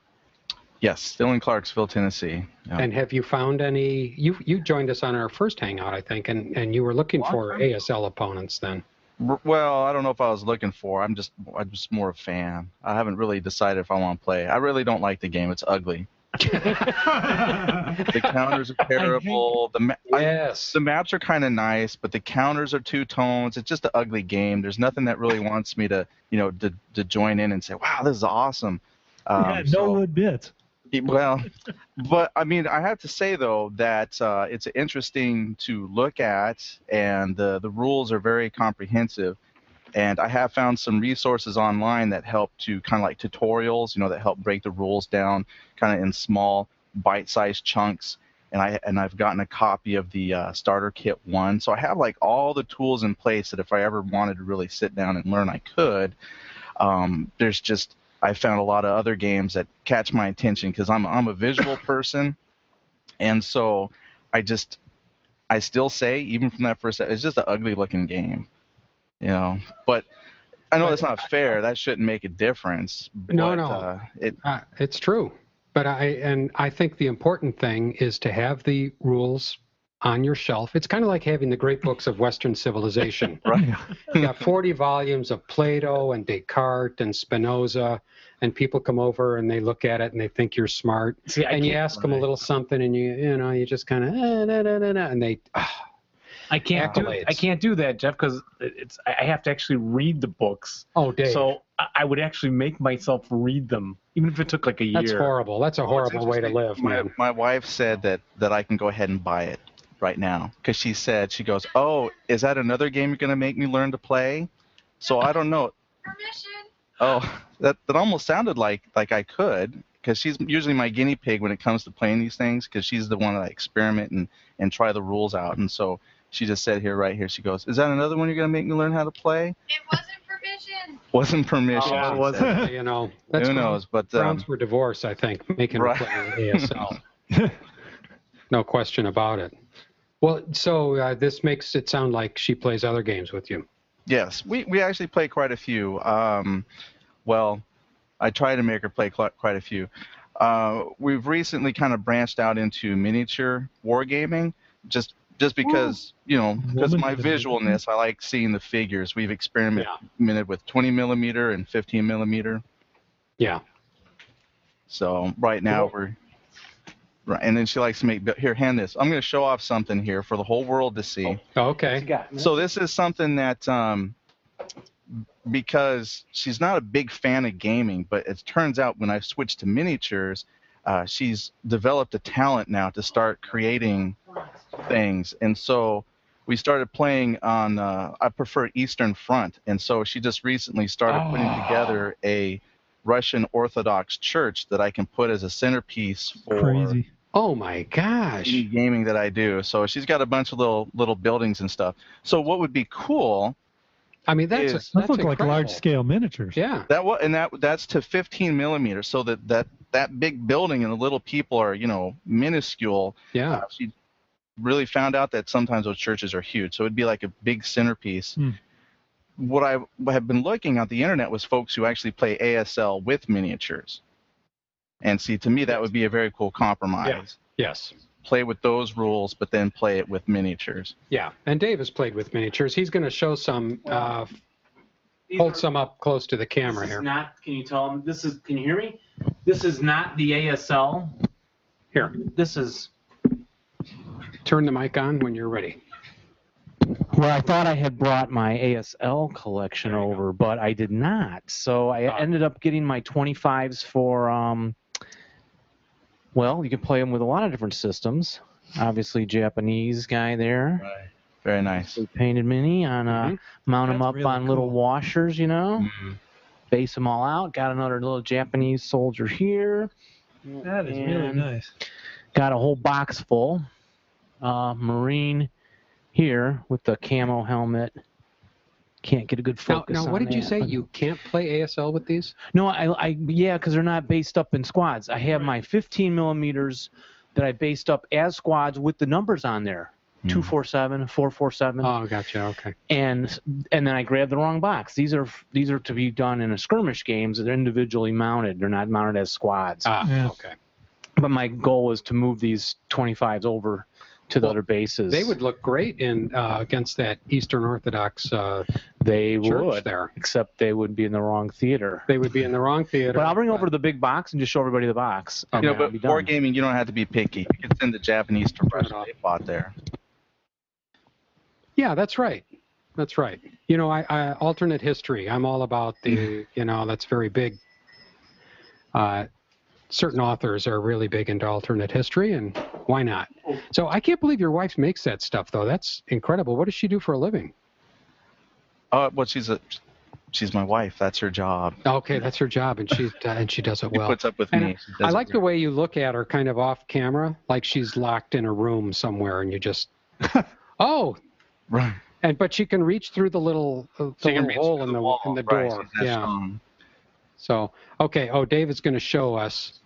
S6: Yes, still in Clarksville, Tennessee. Yeah.
S1: And have you found any? You you joined us on our first hangout, I think, and and you were looking for ASL opponents then.
S6: R- well, I don't know if I was looking for. I'm just I'm just more a fan. I haven't really decided if I want to play. I really don't like the game. It's ugly. The counters are terrible. The ma- I-
S1: Yes.
S6: the maps are kind of nice, but the counters are two tones. It's just an ugly game. There's nothing that really wants me to, you know, to, to join in and say, "Wow, this is awesome." Um,
S4: yeah, no
S6: so-
S4: wood bits.
S6: Y- Well, but I mean, I have to say though that uh, it's interesting to look at, and the the rules are very comprehensive. And I have found some resources online that help to kind of like tutorials, you know, that help break the rules down kind of in small bite-sized chunks. And I and I've gotten a copy of the uh, starter kit one, so I have like all the tools in place that if I ever wanted to really sit down and learn, I could. Um, there's just I found a lot of other games that catch my attention because I'm I'm a visual person, and so I just I still say even from that first it's just an ugly looking game, you know. But I know that's not fair. That shouldn't make a difference.
S1: No,
S6: but,
S1: no.
S6: Uh, it
S1: Uh, it's true, but I and I think the important thing is to have the rules on your shelf. It's kind of like having the great books of Western civilization.
S6: right.
S1: you got 40 volumes of Plato and Descartes and Spinoza, and people come over and they look at it and they think you're smart.
S2: See, I
S1: and you
S2: can't-
S1: ask them a little something, and you you know you just kind of eh, nah, nah, nah, nah, and they ah,
S2: I can't do
S1: accolades.
S2: I can't do that, Jeff, because it's I I have to actually read the books.
S1: oh Dave,
S2: So I- I would actually make myself read them, even if it took like a year.
S1: that's horrible. That's a horrible way to live,
S6: my,
S1: man.
S6: my wife said that that I can go ahead and buy it right now because she said she goes, oh, is that another game you're gonna make me learn to play? So I don't know.
S7: permission.
S6: Oh, that that almost sounded like like I could, because she's usually my guinea pig when it comes to playing these things because she's the one that I experiment and and try the rules out. And so she just said here, right here, she goes, "Is that another one you're gonna make me learn how to play?"
S7: It wasn't permission.
S6: Wasn't permission. she
S1: Oh, it
S6: said.
S1: wasn't. You know, that's
S6: Who
S1: cool.
S6: knows? But um,
S1: Grounds for divorce, I think, making her
S6: Right.
S1: play ASL. No question about it. Well, so uh, this makes it sound like she plays other games with you.
S6: Yes, we, we actually play quite a few. Um, well, I try to make her play cl- quite a few. Uh, we've recently kind of branched out into miniature wargaming, just just because you know because of my
S4: Woman is-
S6: visualness, I like seeing the figures. We've experimented with 20 millimeter and 15 millimeter.
S1: Yeah.
S6: So right now
S1: Cool.
S6: we're right, and then she likes to make here. Hand this. I'm going to show off something here for the whole world to see.
S1: Okay.
S6: So this is something that um, because she's not a big fan of gaming, but it turns out when I switched to miniatures, uh, she's developed a talent now to start creating things, and so we started playing on. Uh, I prefer Eastern Front, and so she just recently started putting
S1: Oh.
S6: together a Russian Orthodox church that I can put as a centerpiece for
S4: Crazy.
S1: Oh my gosh.
S6: any gaming that I do. So she's got a bunch of little little buildings and stuff. So what would be cool
S1: I mean, that's,
S6: Is-
S1: that's
S4: Those look like
S1: incredible.
S4: large scale miniatures.
S1: Yeah.
S6: that what and that that's to 15 millimeters. So that that that big building and the little people are you know minuscule.
S1: Yeah.
S6: Uh, She really found out that sometimes those churches are huge. So it'd be like a big centerpiece.
S4: Hmm.
S6: What I have been looking on the internet was folks who actually play ASL with miniatures. And see, to me, that would be a very cool compromise.
S1: Yes.
S6: Play with those rules, but then play it with miniatures.
S1: Yeah. And Dave has played with miniatures. He's going to show some, uh,
S2: These
S1: hold
S2: are-
S1: some up close to the camera
S2: this
S1: here.
S2: Is not, can you tell them? This is. Can you hear me? This is not the ASL.
S1: Here,
S2: This is.
S1: turn the mic on when you're ready.
S8: Well, I thought I had brought my ASL collection
S1: There you go.
S8: over, but I did not. So I
S1: Ah.
S8: ended up getting my 25s for, um, well, you can play them with a lot of different systems. Obviously, Japanese guy there.
S6: Right. Very nice.
S8: We painted mini on, uh,
S1: Mhm.
S8: mount them
S4: That's
S8: up
S4: really
S8: on little
S4: cool.
S8: washers, you know,
S6: Mhm.
S8: base them all out. Got another little Japanese soldier here.
S4: That is really
S2: Mm-hmm.
S8: And-
S4: nice.
S8: got a whole box full. Uh, Marine here with the camo helmet. Can't get a good
S1: Now,
S8: focus.
S1: now
S8: on
S1: what did you
S8: that,
S1: say?
S8: but-
S1: You can't play ASL with these?
S8: No, I, I yeah, because they're not based up in squads. I have my 15 millimeters that I based up as squads with the numbers on there.
S6: Mm.
S8: 247, 447,
S1: Oh, gotcha. Okay.
S8: and and then I grabbed the wrong box. These are these are to be done in a skirmish games. They're individually mounted. They're not mounted as squads.
S1: Ah,
S4: Yeah.
S1: okay.
S8: but my goal was to move these 25s over to the
S1: Well,
S8: other bases.
S1: They would look great in uh, against that Eastern Orthodox uh,
S8: They
S1: church
S8: would,
S1: there.
S8: except they would be in the wrong theater.
S1: They would be in the wrong theater.
S8: But I'll bring over the big box and just show everybody the box.
S2: Oh,
S8: and
S6: You know,
S8: that'll
S6: but
S8: be done.
S6: wargaming, you don't have to be picky. You can send the Japanese to
S1: Turn it
S6: Russia.
S1: off.
S6: They fought there.
S1: Yeah, that's right. That's right. You know, I, I alternate history. I'm all about
S6: Mm.
S1: the. You know, that's very big. Uh, certain authors are really big into alternate history, and why not? So I can't believe your wife makes that stuff, though. That's incredible. What does she do for a living?
S6: Oh, well, she's a, she's my wife. That's her job.
S1: Okay, that's her job, and she uh, and she does it
S6: She
S1: well.
S6: puts up with
S1: and
S6: me. She
S1: I
S6: doesn't
S1: like the way you look at her kind of off camera, like she's locked in a room somewhere and you just, oh,
S6: Right.
S1: and but she can reach through the little, uh, the
S6: She can
S1: little
S6: reach
S1: hole
S6: through
S1: in the,
S6: wall,
S1: in the
S6: right,
S1: door.
S6: she's that
S1: yeah.
S6: strong.
S1: So, okay. Oh, David's going to show us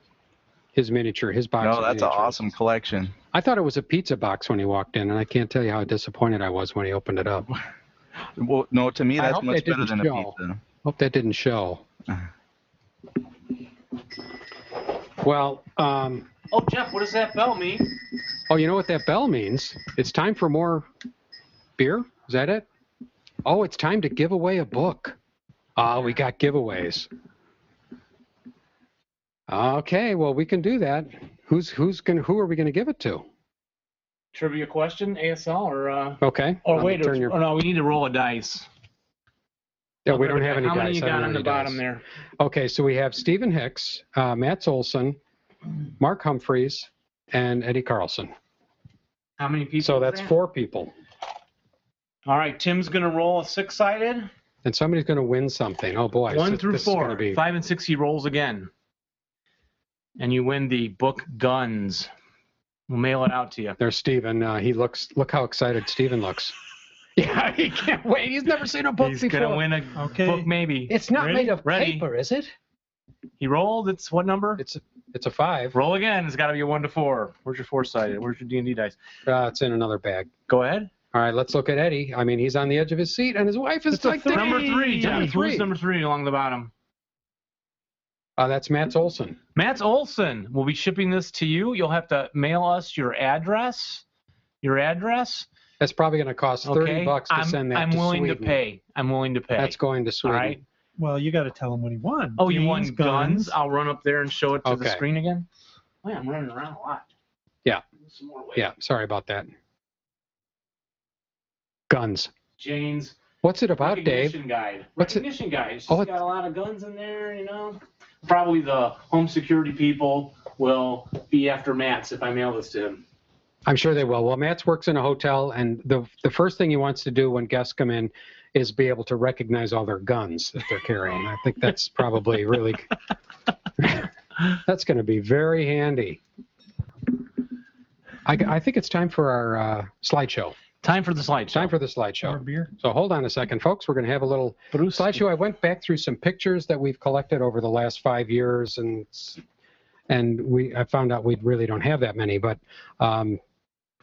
S1: his miniature, his box.
S6: No,
S1: of
S6: that's an
S1: miniatures.
S6: awesome collection.
S1: I thought it was a pizza box when he walked in, and I can't tell you how disappointed I was when he opened it up.
S6: Well, no, to me,
S1: I
S6: that's
S1: hope
S6: much
S1: they
S6: better
S1: didn't
S6: than
S1: show.
S6: a pizza.
S1: Hope that didn't show. Well, um,
S2: Oh, Jeff, what does that bell mean?
S1: oh, you know what that bell means? It's time for more beer. Is that it? Oh, it's time to give away a book. Ah, we got giveaways. Okay, well, we can do that. Who's who's gonna who are we gonna give it to?
S2: Trivia question, ASL or uh
S1: Okay.
S2: or
S1: let me
S2: wait, or,
S1: turn your-
S2: oh, no, we need to roll a dice.
S1: Yeah, we don't have any
S2: How many
S1: dice.
S2: you
S1: I don't
S2: got
S1: have
S2: on the
S1: any
S2: bottom
S1: dice.
S2: there?
S1: Okay, so we have Stephen Hicks, uh, Matt Olson, Mark Humphreys, and Eddie Carlson.
S2: How many people?
S1: So
S2: is
S1: that's
S2: that?
S1: four people,
S2: All right, Tim's gonna roll a six-sided.
S1: and somebody's going to win something. Oh boy,
S2: One
S1: this-
S2: through
S1: this is gonna
S2: four.
S1: be-
S2: Five and six. He rolls again. and you win the book Guns. We'll mail it out to you.
S1: There's Steven. Uh, he looks, look how excited Steven looks.
S2: Yeah, he can't wait. He's never seen a book
S1: He's
S2: before.
S1: gonna
S2: win a
S4: Okay.
S2: book, maybe.
S7: It's not
S2: Ready?
S7: made of
S2: Ready.
S7: paper, is it?
S2: He rolled. It's what number?
S1: It's, it's a five.
S2: Roll again. It's got to be a one to four. Where's your four sided? Where's your D and D dice?
S1: Uh, it's in another bag.
S2: Go ahead.
S1: All right, let's look at Eddie. I mean, he's on the edge of his seat, and his wife is like digging-
S2: Number three.
S1: Number
S2: Jeff.
S1: three.
S2: Who's number three along the bottom?
S1: Uh, that's Matt Olson.
S2: Matt's Olson will be shipping this to you. You'll have to mail us your address. Your address.
S1: That's probably going to cost thirty
S2: Okay.
S1: bucks to
S2: I'm,
S1: send that
S2: I'm
S1: to
S2: willing to
S1: Sweden.
S2: pay. I'm willing to pay.
S1: That's going to
S2: All
S1: Sweden.
S2: right.
S4: Well, you got to tell him what he won.
S2: Oh, you
S4: Games,
S2: won guns. I'll run up there and show it to the
S1: Okay.
S2: screen again. Man, I'm running around a lot.
S1: Yeah.
S2: Some more weight.
S1: Yeah, sorry about that. Guns.
S2: Jane's
S1: What's it about, Dave?
S2: recognition guide.
S1: What's it-
S2: recognition guide. She's
S1: Oh, it-
S2: got a lot of guns in there, you know. Probably the home security people will be after Matt's if I mail this to him.
S1: I'm sure they will. Well, Matt's works in a hotel, and the the first thing he wants to do when guests come in is be able to recognize all their guns that they're carrying. I think that's probably really that's going to be very handy. I, I think it's time for our uh, slideshow.
S2: Time for the slideshow.
S1: Time for the
S4: Or
S1: slideshow.
S4: beer.
S1: So hold on a second, folks. We're going to have a little
S2: Bruce.
S1: slideshow. I went back through some pictures that we've collected over the last five years, and and we I found out we really don't have that many, but um,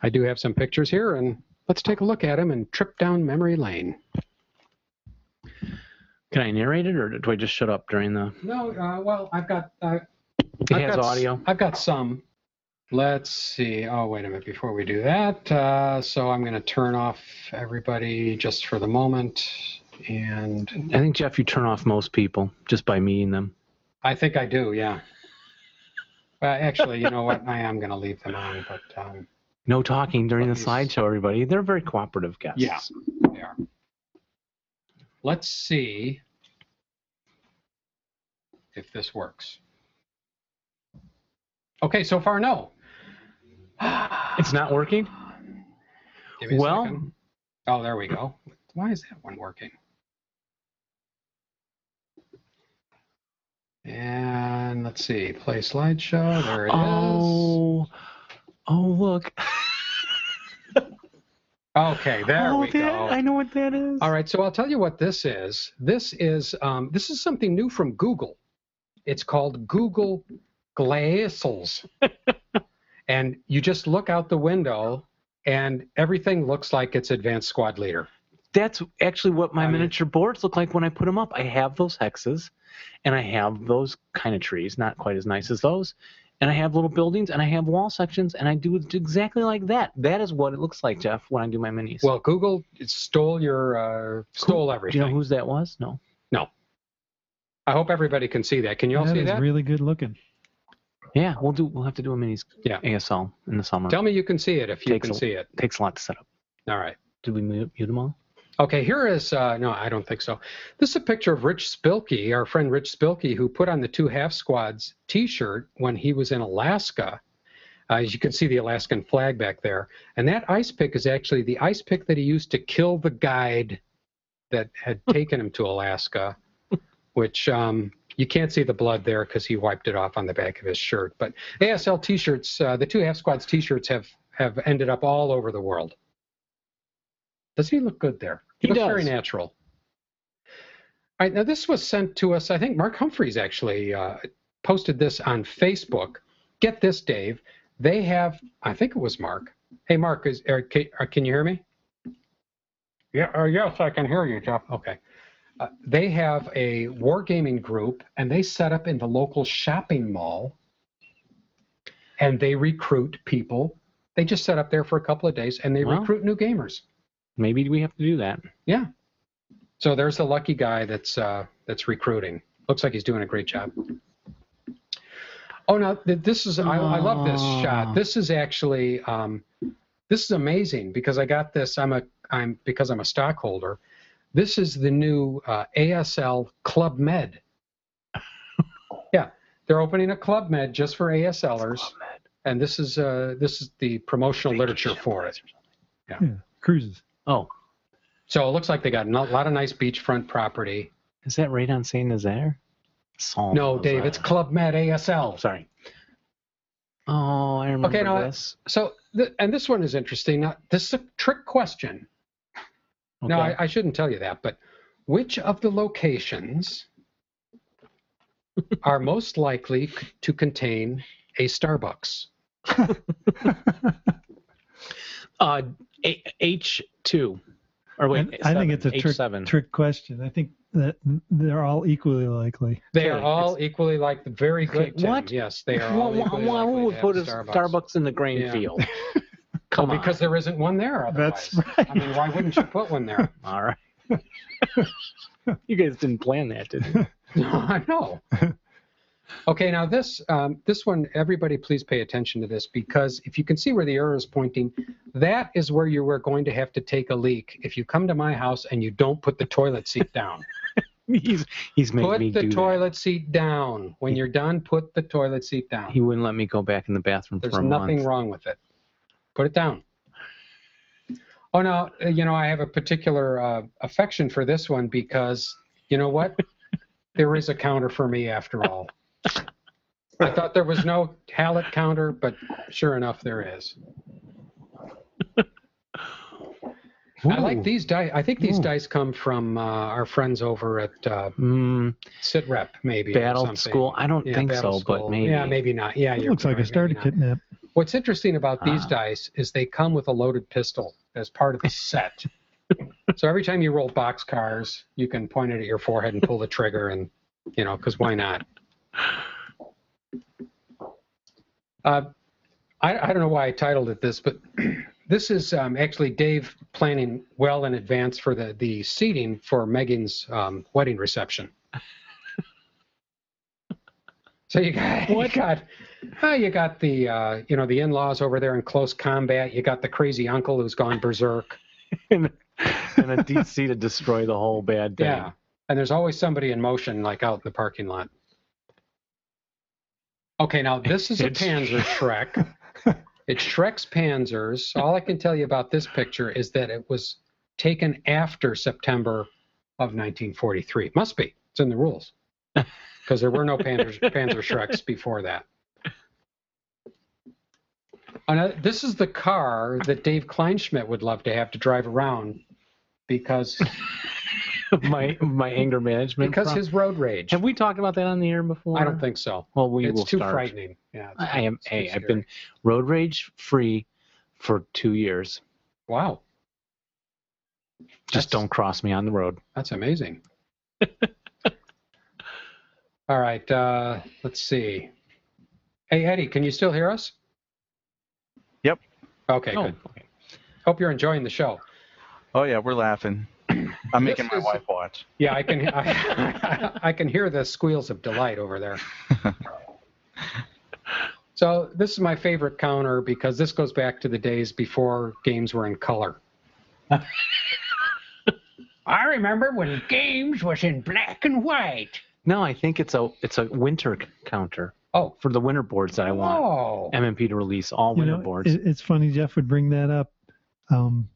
S1: I do have some pictures here, and let's take a look at them and trip down memory lane.
S2: Can I narrate it, or do I just shut up during the?
S1: No, uh, well, I've got. Uh,
S2: It has audio.
S1: I've got some. Let's see. Oh, wait a minute. Before we do that, uh, so I'm going to turn off everybody just for the moment, and
S2: I think Jeff, you turn off most people just by meeting them.
S1: I think I do, yeah. Uh, actually, you know what? I am going to leave them on, but um,
S2: No talking during the
S1: Please.
S2: slideshow, everybody. They're very cooperative guests.
S1: Yeah. they are. Let's see if this works. Okay, so far, no.
S2: It's not working.
S1: Give me a
S2: Well-
S1: second. oh, there we go. Why is that one working? And let's see, play slideshow. There it is.
S2: Oh, oh look.
S1: Okay, there
S2: oh,
S1: we
S2: that,
S1: go.
S2: I know what that is.
S1: All right, so I'll tell you what this is. This is um, this is something new from Google. It's called Google Glassels, and you just look out the window, and everything looks like it's Advanced Squad Leader. Uh,
S2: That's actually what my
S1: I mean-
S2: miniature boards look like when I put them up. I have those hexes, and I have those kind of trees, not quite as nice as those. And I have little buildings, and I have wall sections, and I do it exactly like that. That is what it looks like, Jeff, when I do my minis.
S1: Well, Google stole your uh, stole
S2: do
S1: everything.
S2: you know whose that was? No.
S1: I hope everybody can see that. Can you all
S4: That
S1: see
S4: is
S1: that?
S4: really good looking.
S2: Yeah, we'll do. We'll have to do a minis.
S1: Yeah.
S2: ASL in the summer.
S1: Tell me you can see it if you
S2: Takes
S1: can
S2: a-
S1: see it.
S2: Takes a lot to set up.
S1: All right.
S2: Did we mute, mute them all?
S1: Okay, here is uh, no, I don't think so. This is a picture of Rich Spilkey, our friend Rich Spilkey, who put on the two half squads T-shirt when he was in Alaska. Uh, as you can see, the Alaskan flag back there, and that ice pick is actually the ice pick that he used to kill the guide that had taken him to Alaska, which um, you can't see the blood there because he wiped it off on the back of his shirt. But ASL T-shirts, uh, the two half squads T-shirts have have ended up all over the world. Does he look good there?
S2: He
S1: looks
S2: does.
S1: very natural. All right, now this was sent to us. I think Mark Humphreys actually uh, posted this on Facebook. Get this, Dave. They have, I think it was Mark. Hey, Mark, is or, ca- or can you hear me? Yeah, uh, yes, I can hear you, Jeff. Okay. Uh, they have a wargaming group, and they set up in the local shopping mall, and they recruit people. They just set up there for a couple of days, and they
S2: Wow.
S1: recruit new gamers.
S2: Maybe we have to do that.
S1: So there's the lucky guy that's uh, that's recruiting. Looks like he's doing a great job. Oh no, th- this is I, I love this
S2: Ah.
S1: shot. This is actually um, this is amazing because I got this. I'm a I'm because I'm a stockholder. This is the new uh, ASL Club Med. yeah, they're opening a Club Med just for ASLers, and this is uh, this is the promotional literature for it.
S4: Cruises.
S2: Oh,
S1: So it looks like they got a lot of nice beachfront property.
S2: is that right on Saint Nazaire? Psalm
S1: No,
S2: was
S1: Dave,
S2: that.
S1: it's Club Med ASL.
S2: Sorry. Oh, I remember
S1: no,
S2: this.
S1: So, th- and this one is interesting. Now, this is a trick question. No, I, I shouldn't tell you that, but which of the locations are most likely c- to contain a Starbucks?
S2: uh, A- H2. Or wait,
S4: And I think it's a trick,
S2: H7.
S4: trick question. I think that they're all equally likely.
S2: Okay,
S1: They are all e- equally like the very
S2: Okay,
S1: good. Tim.
S2: what?
S1: Yes, they are all
S2: Why- why-
S1: equally
S2: why
S1: likely
S2: would
S1: to
S2: put a
S1: have
S2: Starbucks. in the grain
S1: Yeah.
S2: field? Come
S1: well,
S2: on.
S1: because there isn't one there otherwise.
S4: That's right.
S1: I mean, why wouldn't you put one there?
S2: All right. you guys didn't plan that, did you?
S1: No, I know. Okay, now this um, this one, everybody, please pay attention to this because if you can see where the arrow is pointing, that is where you were going to have to take a leak if you come to my house and you don't put the toilet seat down.
S2: He's he's made me
S1: put the
S2: do that.
S1: toilet seat down. When you're done, put the toilet seat down.
S2: He wouldn't let me go back in the bathroom
S1: There's
S2: for a
S1: nothing
S2: month.
S1: wrong with it. Put it down. Oh no, uh, you know I have a particular uh, affection for this one because you know what? there is a counter for me after all. I thought there was no Hallett counter, but sure enough, there is. I like
S2: Ooh.
S1: these dice. I think these
S2: Ooh.
S1: dice come from uh, our friends over at uh,
S2: Mm,
S1: SITREP, maybe. or
S2: battle
S1: something.
S2: school. I don't
S1: Yeah,
S2: think
S1: Battle
S2: so, but
S1: School.
S2: maybe.
S1: Yeah, maybe not. Yeah,
S4: It
S1: you're
S4: looks like a
S1: right,
S4: starter
S1: maybe not.
S4: kidnap.
S1: What's interesting about these
S2: Ah.
S1: dice is they come with a loaded pistol as part of the set. so every time you roll boxcars, you can point it at your forehead and pull the trigger, and you know, because why not? Uh, I, I don't know why I titled it this, but this is um, actually Dave planning well in advance for the the seating for Megan's um, wedding reception. So you got you
S2: What?
S1: got uh, you got the uh, you know the in-laws over there in close combat. You got the crazy uncle who's gone berserk.
S2: and a DC to destroy the whole bad thing.
S1: Yeah, and there's always somebody in motion, like out in the parking lot. Okay, now this is a
S2: It's-
S1: Panzer Shrek. It's Shrek's Panzers. All I can tell you about this picture is that it was taken after September of 1943. Must be. It's in the rules because there were no Panzer, Panzer Shreks before that. Another, this is the car that Dave Kleinschmidt would love to have to drive around because
S2: my my anger management.
S1: because
S2: pro-
S1: his road rage.
S2: have we talked about that on the air before?
S1: I don't think so.
S2: Well, we
S1: it's
S2: will
S1: too
S2: start.
S1: frightening. Yeah.
S2: I I am.
S1: It's too
S2: Hey, I've
S1: scary.
S2: been road rage free for two years.
S1: Wow,
S2: Just
S1: That's-
S2: don't cross me on the road.
S1: that's amazing. All right, uh, let's see. Hey Eddie, can you still hear us?
S6: Yep.
S1: Okay,
S2: Oh,
S1: good. Hope you're enjoying the show.
S6: Oh yeah, we're laughing. I'm making my
S1: is-
S6: wife watch.
S1: Yeah, I can. I, I can hear the squeals of delight over there. So this is my favorite counter because this goes back to the days before games were in color. I remember when games was in black and white.
S2: No, I think it's a it's a winter c- counter
S1: Oh,
S2: for the winter boards that I want
S1: oh,
S2: MMP to release all
S4: You
S2: winter
S4: know,
S2: boards.
S4: it, it's funny Jeff would bring that up. Um,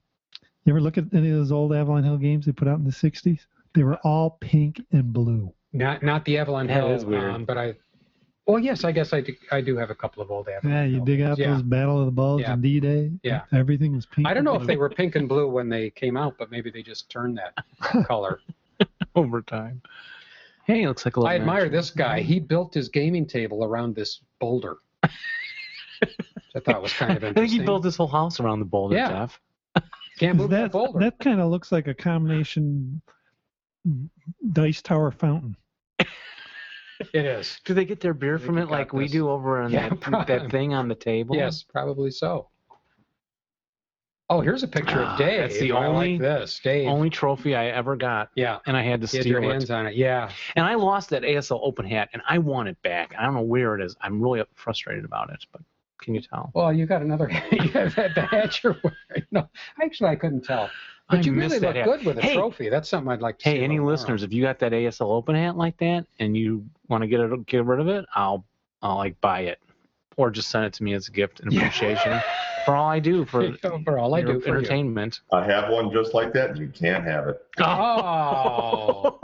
S4: you ever look at any of those old Avalon Hill games they put out in the '60s? They were all pink and blue.
S1: not not the Avalon
S2: That
S1: Hill. um,
S2: is weird.
S1: but I, well, yes, I guess I do. I do have a couple of old Avalon.
S4: Yeah, you
S1: Hill
S4: dig
S1: games.
S4: out
S1: Yeah.
S4: those Battle of the Bulge
S1: Yeah.
S4: and D-Day.
S1: Yeah.
S4: everything was pink.
S1: I don't
S4: and
S1: know if
S4: blue.
S1: they were pink and blue when they came out, but maybe they just turned that color.
S2: over time. Hey, it looks like a little
S1: I admire
S2: mansion.
S1: this guy. He built his gaming table around this boulder. Which I thought was kind of
S2: I
S1: interesting.
S2: think he built this whole house around the boulder,
S1: Yeah.
S2: Jeff.
S1: Can't
S4: Is
S1: move that,
S4: that
S1: boulder.
S4: that kind of looks like a combination dice tower fountain.
S1: it is.
S2: Do they get their beer
S1: think
S2: from
S1: you
S2: it
S1: got
S2: like we
S1: this.
S2: do over on
S1: Yeah,
S2: that,
S1: probably.
S2: that thing on the table?
S1: Yes, probably so. Oh, here's a picture
S2: Ah,
S1: of Dave.
S2: that's the
S1: I like
S2: only-
S1: this Dave.
S2: Only trophy I ever got,
S1: yeah,
S2: and I had to
S1: get your
S2: steal it.
S1: hands on it. Yeah,
S2: And I lost that ASL open hat, and I want it back. I don't know where it is. I'm really frustrated about it, but can you tell?
S1: Well, you got another. you have that the hat you're wearing. No, actually, I couldn't tell. But
S2: I
S1: you
S2: miss
S1: really
S2: that
S1: look
S2: hat.
S1: good with a
S2: Hey.
S1: trophy. That's something I'd like to. see
S2: Hey, any
S1: about tomorrow.
S2: listeners, if you got that ASL open hat like that and you want to get it, get rid of it, I'll, I'll like buy it, or just send it to me as a gift and appreciation for all I do for
S1: Oh, for all I do for you.
S2: entertainment.
S5: I have one just like that, and you
S1: Ah,
S5: can't have it.
S1: Oh,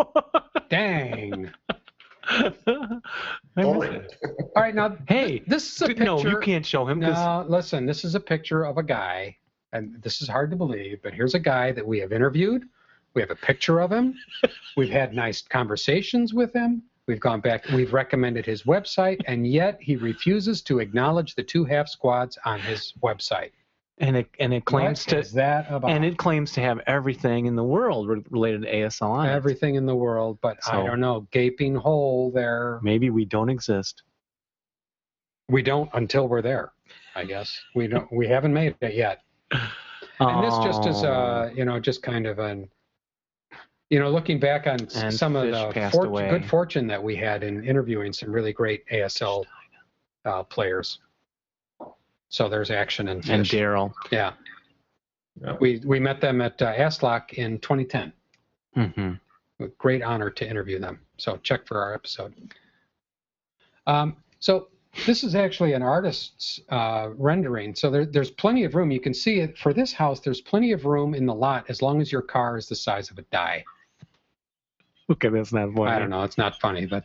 S1: dang.
S2: I missed
S5: Sorry.
S2: it.
S1: All right, now
S2: Hey,
S1: this is a picture.
S2: no, you can't show him because
S1: Now, listen, this is a picture of a guy, and this is hard to believe, but here's a guy that we have interviewed. We have a picture of him. We've had nice conversations with him. We've gone back, we've recommended his website, and yet he refuses to acknowledge the two half squads on his website.
S2: and it and it claims
S1: What
S2: to
S1: is that about?
S2: and it claims to have everything in the world re- related to ASL on it.
S1: Everything in the world, but I
S2: So-
S1: don't know, gaping hole there.
S2: Maybe we don't exist.
S1: We don't until we're there, I guess. We don't, we haven't made it yet. And this just is, uh,
S2: Oh.
S1: you know, just kind of an, you know, looking back on s-
S2: And
S1: some of
S2: Fish
S1: the
S2: passed
S1: fort-
S2: away.
S1: good fortune that we had in interviewing some really great ASL uh, players. So there's action in
S2: and
S1: Fish.
S2: Daryl.
S1: yeah.
S5: Yeah.
S1: We we met them at uh, ASLOC in 2010.
S2: hmm
S6: Mm-hmm.
S1: A Great honor to interview them. So check for our episode. Um, so this is actually an artist's uh, rendering. So there, there's plenty of room. You can see it for this house. There's plenty of room in the lot as long as your car is the size of a die.
S2: Okay, that's not funny.
S1: I don't know. It's not funny, but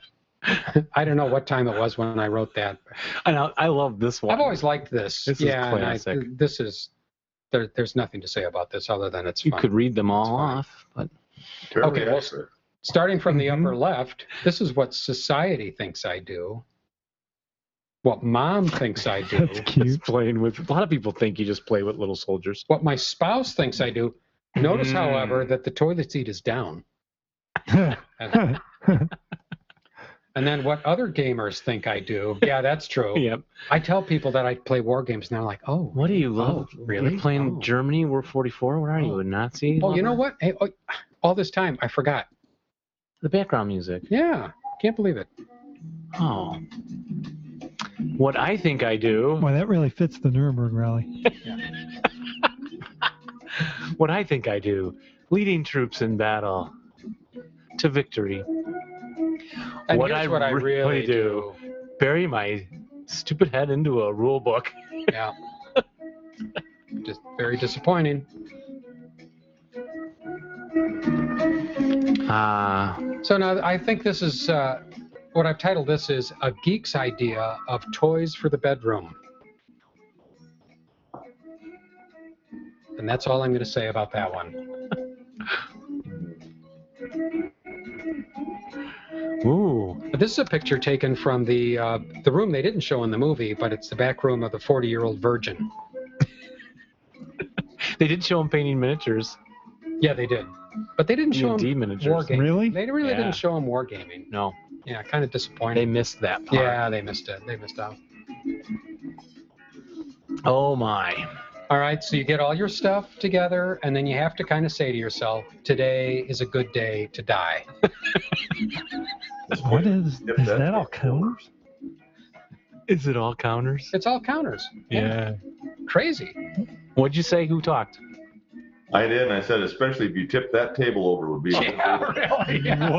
S1: I don't know what time it was when I wrote that.
S2: I know. I love this one.
S1: I've always liked this.
S2: This is
S1: yeah, and I-
S2: classic.
S1: this is there, there's nothing to say about this other than it's
S2: you
S1: fun.
S2: could read them all
S1: funny.
S2: off, but
S5: Very
S1: Okay, well,
S5: accurate.
S1: starting from the
S2: Mhm.
S1: upper left, this is what society thinks I do, what mom thinks I do,
S4: That's
S2: he's
S4: cute.
S2: playing with. A lot of people think you just play with little soldiers.
S1: what my spouse thinks I do. Notice,
S6: Mm.
S1: however, that the toilet seat is down. And then what other gamers think I do. Yeah, that's true.
S2: Yep.
S1: I tell people that I play war games, and they're like, oh,
S2: What do you love?
S1: Oh, really?
S2: You're playing
S1: Oh.
S2: Germany. We're 44. What are you,
S1: Oh.
S2: a Nazi?
S1: oh, you know
S2: lover?
S1: what? Hey, oh, all this time, I forgot.
S2: The background music.
S1: Yeah, can't believe it.
S2: Oh. What I think I do.
S4: Boy, that really fits the Nuremberg rally.
S2: What I think I do. Leading troops in battle to victory.
S1: And
S2: What
S1: here's
S2: I
S1: what I
S2: really
S1: really do.
S2: do. Bury my stupid head into a rule book.
S1: Yeah.
S2: Oh.
S1: Just very disappointing.
S2: Ah.
S1: So now I think this is uh, what I've titled this is a geek's idea of toys for the bedroom. And that's all I'm going to say about that one.
S2: ooh.
S1: But this is a picture taken from the uh, the room they didn't show in the movie, but it's the back room of the 40 year old virgin.
S2: They did show him painting miniatures.
S1: Yeah, they did, but they didn't show
S2: D&D
S1: him
S2: miniatures.
S1: wargaming.
S4: Really?
S1: They really
S2: Yeah.
S1: didn't show him wargaming.
S2: No,
S1: Yeah, kind of
S2: they
S1: disappointing.
S2: missed that part.
S1: yeah, they missed it. They missed out.
S2: Oh my.
S1: All right, so you get all your stuff together, and then you have to kind of say to yourself, "Today is a good day to die."
S4: What is,
S5: Yep, that's
S4: is that all
S5: it.
S4: counters?
S2: Is it all counters?
S1: It's all counters.
S2: Yeah.
S1: crazy.
S2: What'd you say? Who talked?
S5: I did, and I said, especially if you tip that table over, it would be.
S2: really?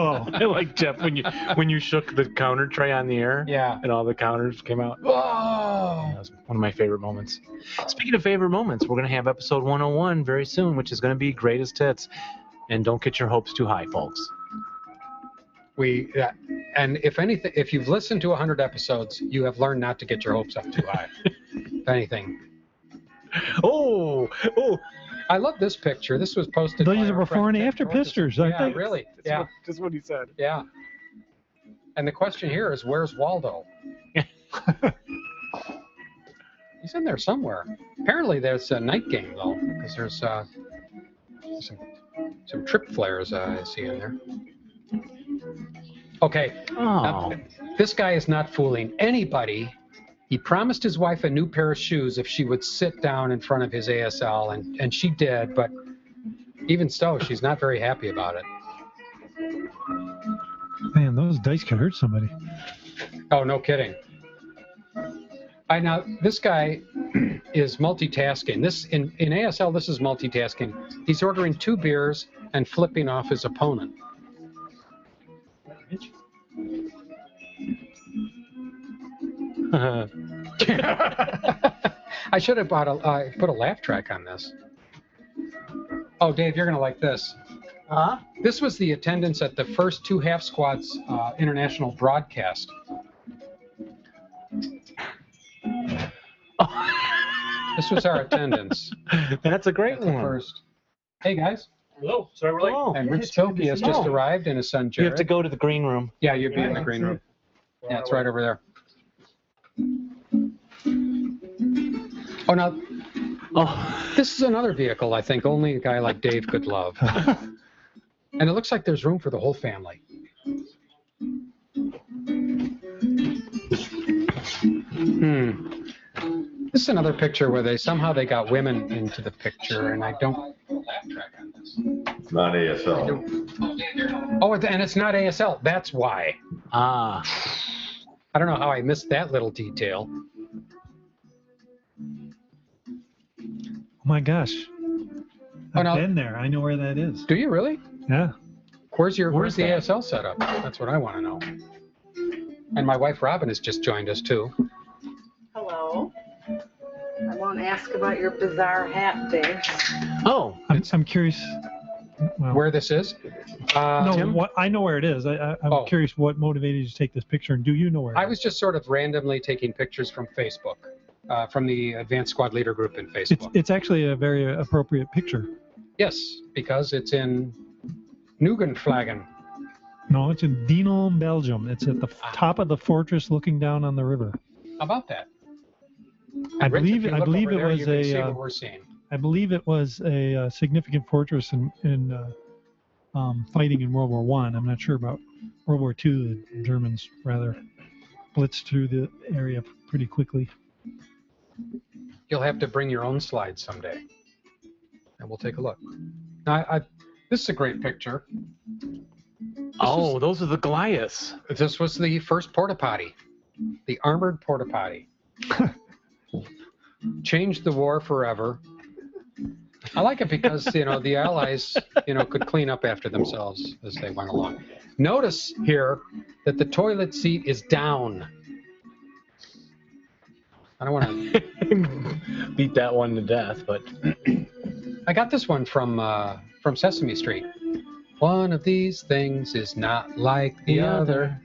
S4: Whoa.
S2: I like Jeff when you when you shook the counter tray on the air
S1: Yeah.
S2: and all the counters came out. That
S1: Oh.
S2: was one of my favorite moments. Speaking of favorite moments, we're gonna have episode 101 very soon, which is gonna be greatest hits. And don't get your hopes too high, folks.
S1: We yeah. and if anything, if you've listened to 100 episodes, you have learned not to get your hopes up too high. if anything,
S2: Oh, oh,
S1: I love this picture. This was posted. by
S4: Those are
S1: our
S4: before
S1: friend
S4: and
S1: Ted
S4: after
S1: Georgeson.
S4: pictures, aren't
S1: Yeah,
S4: they?
S1: really. Yeah,
S2: just what he said.
S1: yeah. And the question here is, where's Waldo? He's in there somewhere. Apparently, there's a night game though, because there's uh, some some trip flares uh, I see in there. Okay,
S2: Oh,
S1: Now, this guy is not fooling anybody. He promised his wife a new pair of shoes if she would sit down in front of his ASL, and, and she did, but even so, she's not very happy about it.
S4: Man, those dice could hurt somebody.
S1: Oh, no kidding. I now this guy is multitasking. This in, in ASL, this is multitasking. He's ordering two beers and flipping off his opponent. I should have bought a uh, put a laugh track on this. Oh, Dave, you're gonna like this.
S2: huh?
S1: This was the attendance at the first two half squads uh, international broadcast. This was our attendance.
S2: That's a great
S1: at the
S2: one.
S1: first. Hey guys,
S7: Hello. Sorry, we're late.
S2: Oh,
S1: and Rich Tilke has just
S2: Oh.
S1: arrived and his son
S2: you have to
S1: Jared.
S2: go to the green room.
S1: Yeah, you'd be in the
S7: Yeah,
S1: green
S4: that's
S1: room.
S7: We're on
S1: Yeah, it's
S7: our
S1: right over there. Oh, now
S2: Oh,
S1: This is another vehicle I think only a guy like Dave could love. and it looks like there's room for the whole family. Hmm. This is another picture where they somehow they got women into the picture, and I don't.
S4: Oh
S5: It's not ASL.
S1: Oh, and it's not ASL. That's why.
S2: ah.
S1: I don't know how I missed that little detail.
S4: Oh my gosh.
S1: Oh,
S4: I've
S1: no.
S4: been there. I know where that is.
S1: Do you really?
S4: Yeah.
S1: Where's your Where's
S2: Where's
S1: the
S2: that?
S1: ASL setup? That's what I want to know. And my wife Robin has just joined us too.
S9: Hello. I won't ask about your bizarre hat thing.
S2: Oh,
S4: I'm, I'm curious. Well,
S1: Where this is? Uh,
S4: no,
S1: Tim?
S4: what, I know where it is. I, I, I'm
S1: Oh.
S4: curious what motivated you to take this picture, and do you know where? it
S1: I
S4: is?
S1: was just sort of randomly taking pictures from Facebook, uh, from the Advanced Squad Leader Group in
S4: It's,
S1: Facebook.
S4: it's actually a very uh, appropriate picture.
S1: yes, because it's in Nugenflagen.
S4: No, it's in Dinan, Belgium. It's at the f-
S1: Ah.
S4: top of the fortress, looking down on the river.
S1: How about that?
S4: I
S1: Rich, if
S4: believe
S1: you
S4: I
S1: look
S4: believe
S1: over
S4: it
S1: there,
S4: was
S1: you can see
S4: a
S1: what
S4: uh,
S1: we're seeing.
S4: I believe it was a uh, significant fortress in in uh, um, fighting in World War One. I'm not sure about World War Two. The Germans rather blitzed through the area pretty quickly.
S1: You'll have to bring your own slides someday, and we'll take a look. I, I, this is a great picture.
S2: oh, those are the Goliaths.
S1: This was the first porta potty, the armored porta potty. Changed the war forever. I like it because you know the allies you know could clean up after themselves as they went along. Notice here that the toilet seat is down. I don't want to.
S2: Beat that one to death, but
S1: I got this one from uh, from Sesame Street. One of these things is not like the other.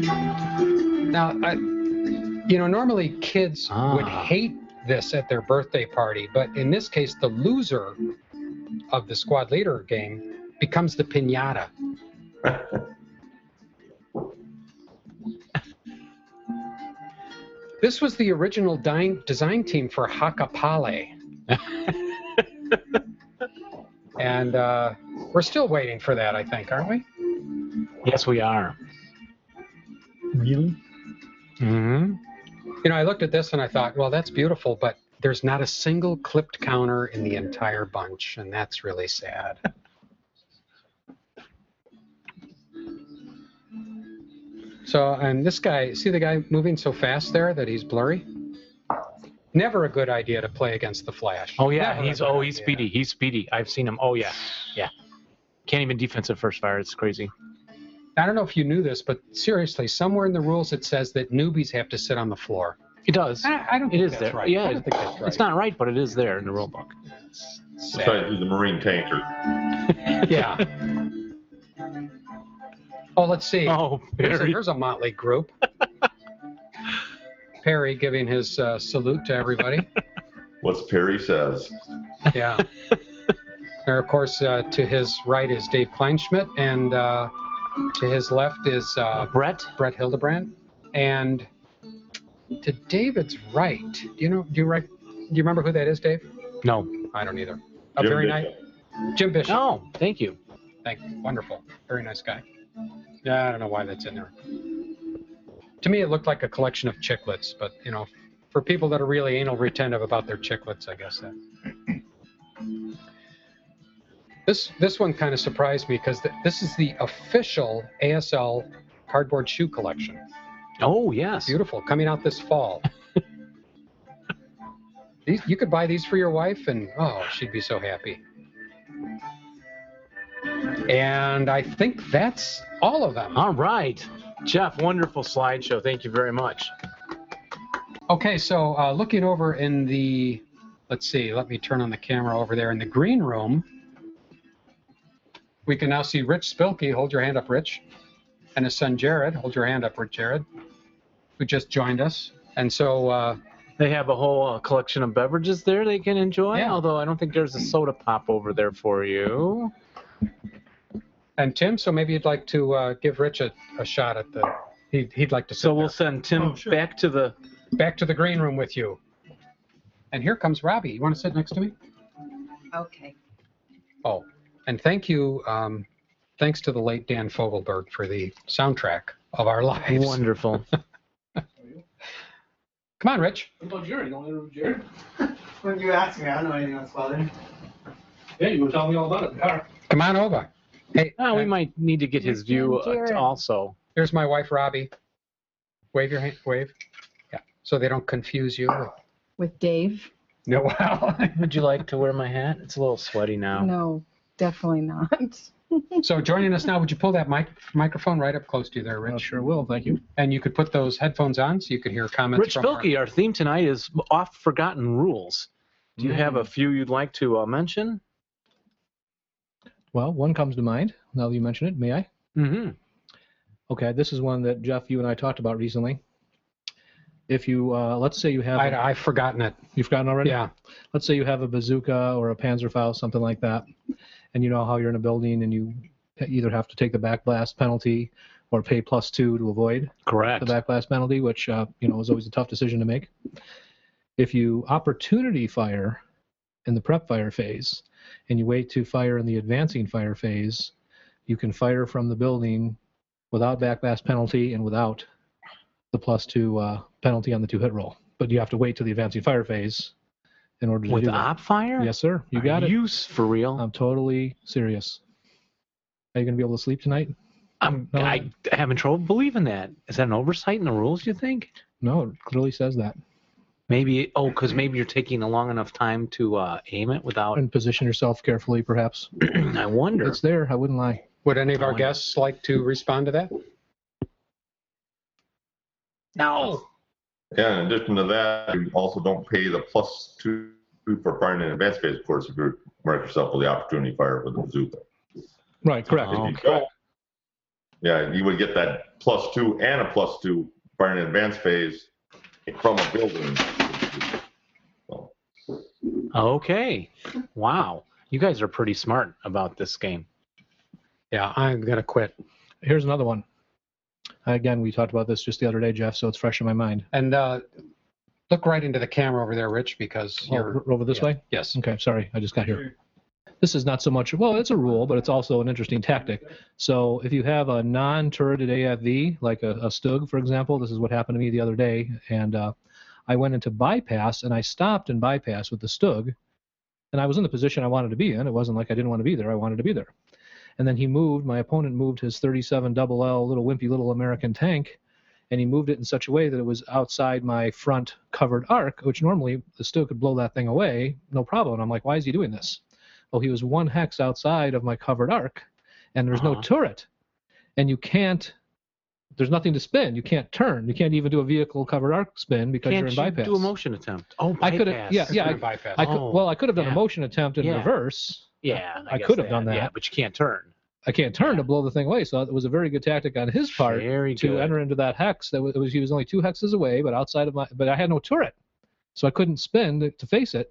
S1: Now, I, you know, normally kids would
S2: Ah.
S1: hate this at their birthday party, but in this case, the loser of the squad leader game becomes the pinata. This was the original dine, design team for Hakapale. and uh, we're still waiting for that, I think, aren't we?
S2: yes, we are.
S4: Really?
S2: Mm-hmm.
S1: You know, I looked at this and I thought, well, that's beautiful, but there's not a single clipped counter in the entire bunch, and that's really sad. so, and this guy, see the guy moving so fast there that he's blurry? Never a good idea to play against the Flash.
S2: Oh yeah,
S1: Never a
S2: he's
S1: good
S2: oh he's
S1: idea.
S2: speedy. He's speedy. I've seen him. Oh yeah, yeah. Can't even defensive first fire. It's crazy.
S1: I don't know if you knew this, but seriously, somewhere in the rules it says that newbies have to sit on the floor.
S2: It does.
S1: I, I don't
S2: It
S1: think
S2: is
S1: that's
S2: there.
S1: right.
S2: Yeah,
S1: I don't think that's right.
S2: It's not right, but it is there in the rule book.
S1: Sad.
S5: Besides, he's a Marine tanker.
S1: yeah. Oh, let's see.
S2: Oh,
S1: There's a,
S2: very.
S1: there's a motley group. Perry giving his uh, salute to everybody.
S5: What's Perry says.
S1: Yeah. and of course, uh, to his right is Dave Kleinschmidt, and uh, to his left is uh,
S2: Brett.
S1: Brett Hildebrand. And to David's right, do you know? Do you rec- Do you remember who that is, Dave?
S2: No.
S1: I don't either. A
S5: Jim
S1: very nice
S5: Bishop.
S1: Jim Bishop.
S2: No. Thank you.
S1: Thank Wonderful. Very nice guy. Yeah, I don't know why that's in there. To me, it looked like a collection of chiclets, but you know, for people that are really anal retentive about their chiclets, I guess that. This this one kind of surprised me because th- this is the official ASL cardboard shoe collection.
S2: Oh yes.
S1: Beautiful, coming out this fall. these you could buy these for your wife, and oh, she'd be so happy. And I think that's all of them.
S2: All right, Jeff. Wonderful slideshow. Thank you very much.
S1: Okay, so uh, looking over in the, let's see, let me turn on the camera over there in the green room. we can now see Rich Spilkey, hold your hand up, Rich, and his son Jared, hold your hand up, Rich Jared, who just joined us. And so uh,
S2: They have a whole uh, collection of beverages there they can enjoy.
S1: Yeah.
S2: Although I don't think there's a soda pop over there for you.
S1: and Tim, so maybe you'd like to uh, give Rich a, a shot at the. He'd, he'd like to. Sit
S2: So we'll
S1: there.
S2: send Tim
S4: Oh, sure.
S2: back to the.
S1: back to the green room with you. And here comes Robbie. You want to sit next to me?
S9: Okay.
S1: Oh, and thank you. Um, thanks to the late Dan Fogelberg for the soundtrack of our lives.
S2: Wonderful.
S1: Come on, Rich.
S7: What about Jared? You don't interview Jared?
S10: When you ask me, I don't know anything about squattering.
S7: Yeah, you were telling me all about it in the car.
S1: Come on over. Hey,
S2: Ah, we might need to get his view uh,
S9: Jared.
S2: also.
S1: here's my wife, Robbie. Wave your hand. Wave. Yeah. So they don't confuse you.
S11: with Dave?
S1: No. Well.
S2: Would you like to wear my hat? It's a little sweaty now.
S11: No, definitely not.
S1: so joining us now, would you pull that mic- microphone right up close to you there,
S2: Oh,
S7: I
S1: Rich?
S7: sure will, thank you.
S1: And you could put those headphones on so you could hear comments.
S2: Rich
S1: from our-
S2: Spilkey, our theme tonight is off forgotten rules. Do you
S7: Mm.
S2: have a few you'd like to uh, mention?
S7: Well, one comes to mind, now that you mention it, may I?
S2: Mm-hmm.
S7: Okay, this is one that Jeff, you and I talked about recently. If you, uh, let's say you have,
S1: I, I've forgotten it.
S7: you've gotten already?
S1: Yeah.
S7: Let's say you have a bazooka or a Panzerfaust, something like that, and you know how you're in a building and you either have to take the back blast penalty or pay plus two to avoid.
S2: Correct.
S7: the backlash penalty, which uh, you know is always a tough decision to make. If you opportunity fire in the prep fire phase, and you wait to fire in the advancing fire phase, you can fire from the building without backlash penalty and without the plus two uh, penalty on the two hit roll. But you have to wait to the advancing fire phase in order to
S2: With
S7: do that.
S2: op fire?
S7: Yes, sir. You got it.
S2: Use for real.
S7: I'm totally serious. Are you gonna be able to sleep tonight?
S2: I'm
S7: No.
S2: I having trouble believing that. Is that an oversight in the rules? You think?
S7: No, it clearly says that.
S2: Maybe oh, because maybe you're taking a long enough time to uh, aim it without.
S7: And position yourself carefully, perhaps.
S2: I wonder.
S7: It's there. I wouldn't lie.
S1: Would any of
S2: I
S1: our
S2: wonder-
S1: guests like to respond to that?
S2: No.
S5: Yeah, in addition to that, you also don't pay the plus two for firing in advance phase, of course, if you mark yourself with the opportunity fire with the bazooka.
S7: Right. Correct.
S5: If you
S2: Oh, Okay.
S5: don't, Yeah, you would get that plus two and a plus two firing in advance phase from a building.
S2: Okay. Wow. You guys are pretty smart about this game.
S1: Yeah, I'm gonna quit.
S7: Here's another one. Again, we talked about this just the other day, Jeff, so it's fresh in my mind.
S1: And uh, look right into the camera over there, Rich, because
S7: Oh,
S1: you're.
S7: r- over this
S1: yeah.
S7: way?
S1: Yes.
S7: Okay, sorry, I just got here. This is not so much, well, it's a rule, but it's also an interesting tactic. So if you have a non-turreted AFV, like a, a Stug, for example, this is what happened to me the other day, and uh, I went into bypass, and I stopped in bypass with the Stug, and I was in the position I wanted to be in. It wasn't like I didn't want to be there. I wanted to be there. And then he moved, my opponent moved his 37 double L little wimpy little American tank, and he moved it in such a way that it was outside my front covered arc, which normally the Stug could blow that thing away, no problem. And I'm like, why is he doing this? Well, he was one hex outside of my covered arc, and there's
S2: Uh-huh.
S7: no turret. And you can't, there's nothing to spin. You can't turn. You can't even do a vehicle covered arc spin because
S2: Can't
S7: you're in
S2: you
S7: bypass.
S2: do a motion attempt? Oh, bypass.
S7: I could've- yeah,
S1: It's
S7: yeah,
S1: gonna bypass.
S7: I could,
S2: Oh,
S7: well, I could have done
S2: yeah.
S7: a motion attempt in
S2: Yeah.
S7: reverse.
S2: Yeah,
S7: I
S2: guess
S7: could've done
S2: Yeah,
S7: that.
S2: but you can't turn.
S7: I can't turn to blow the thing away. So it was a very good tactic on his part
S2: Very
S7: to
S2: good.
S7: enter into that hex. That was, it was he was only two hexes away, but outside of my, but I had no turret, so I couldn't spin to, to face it.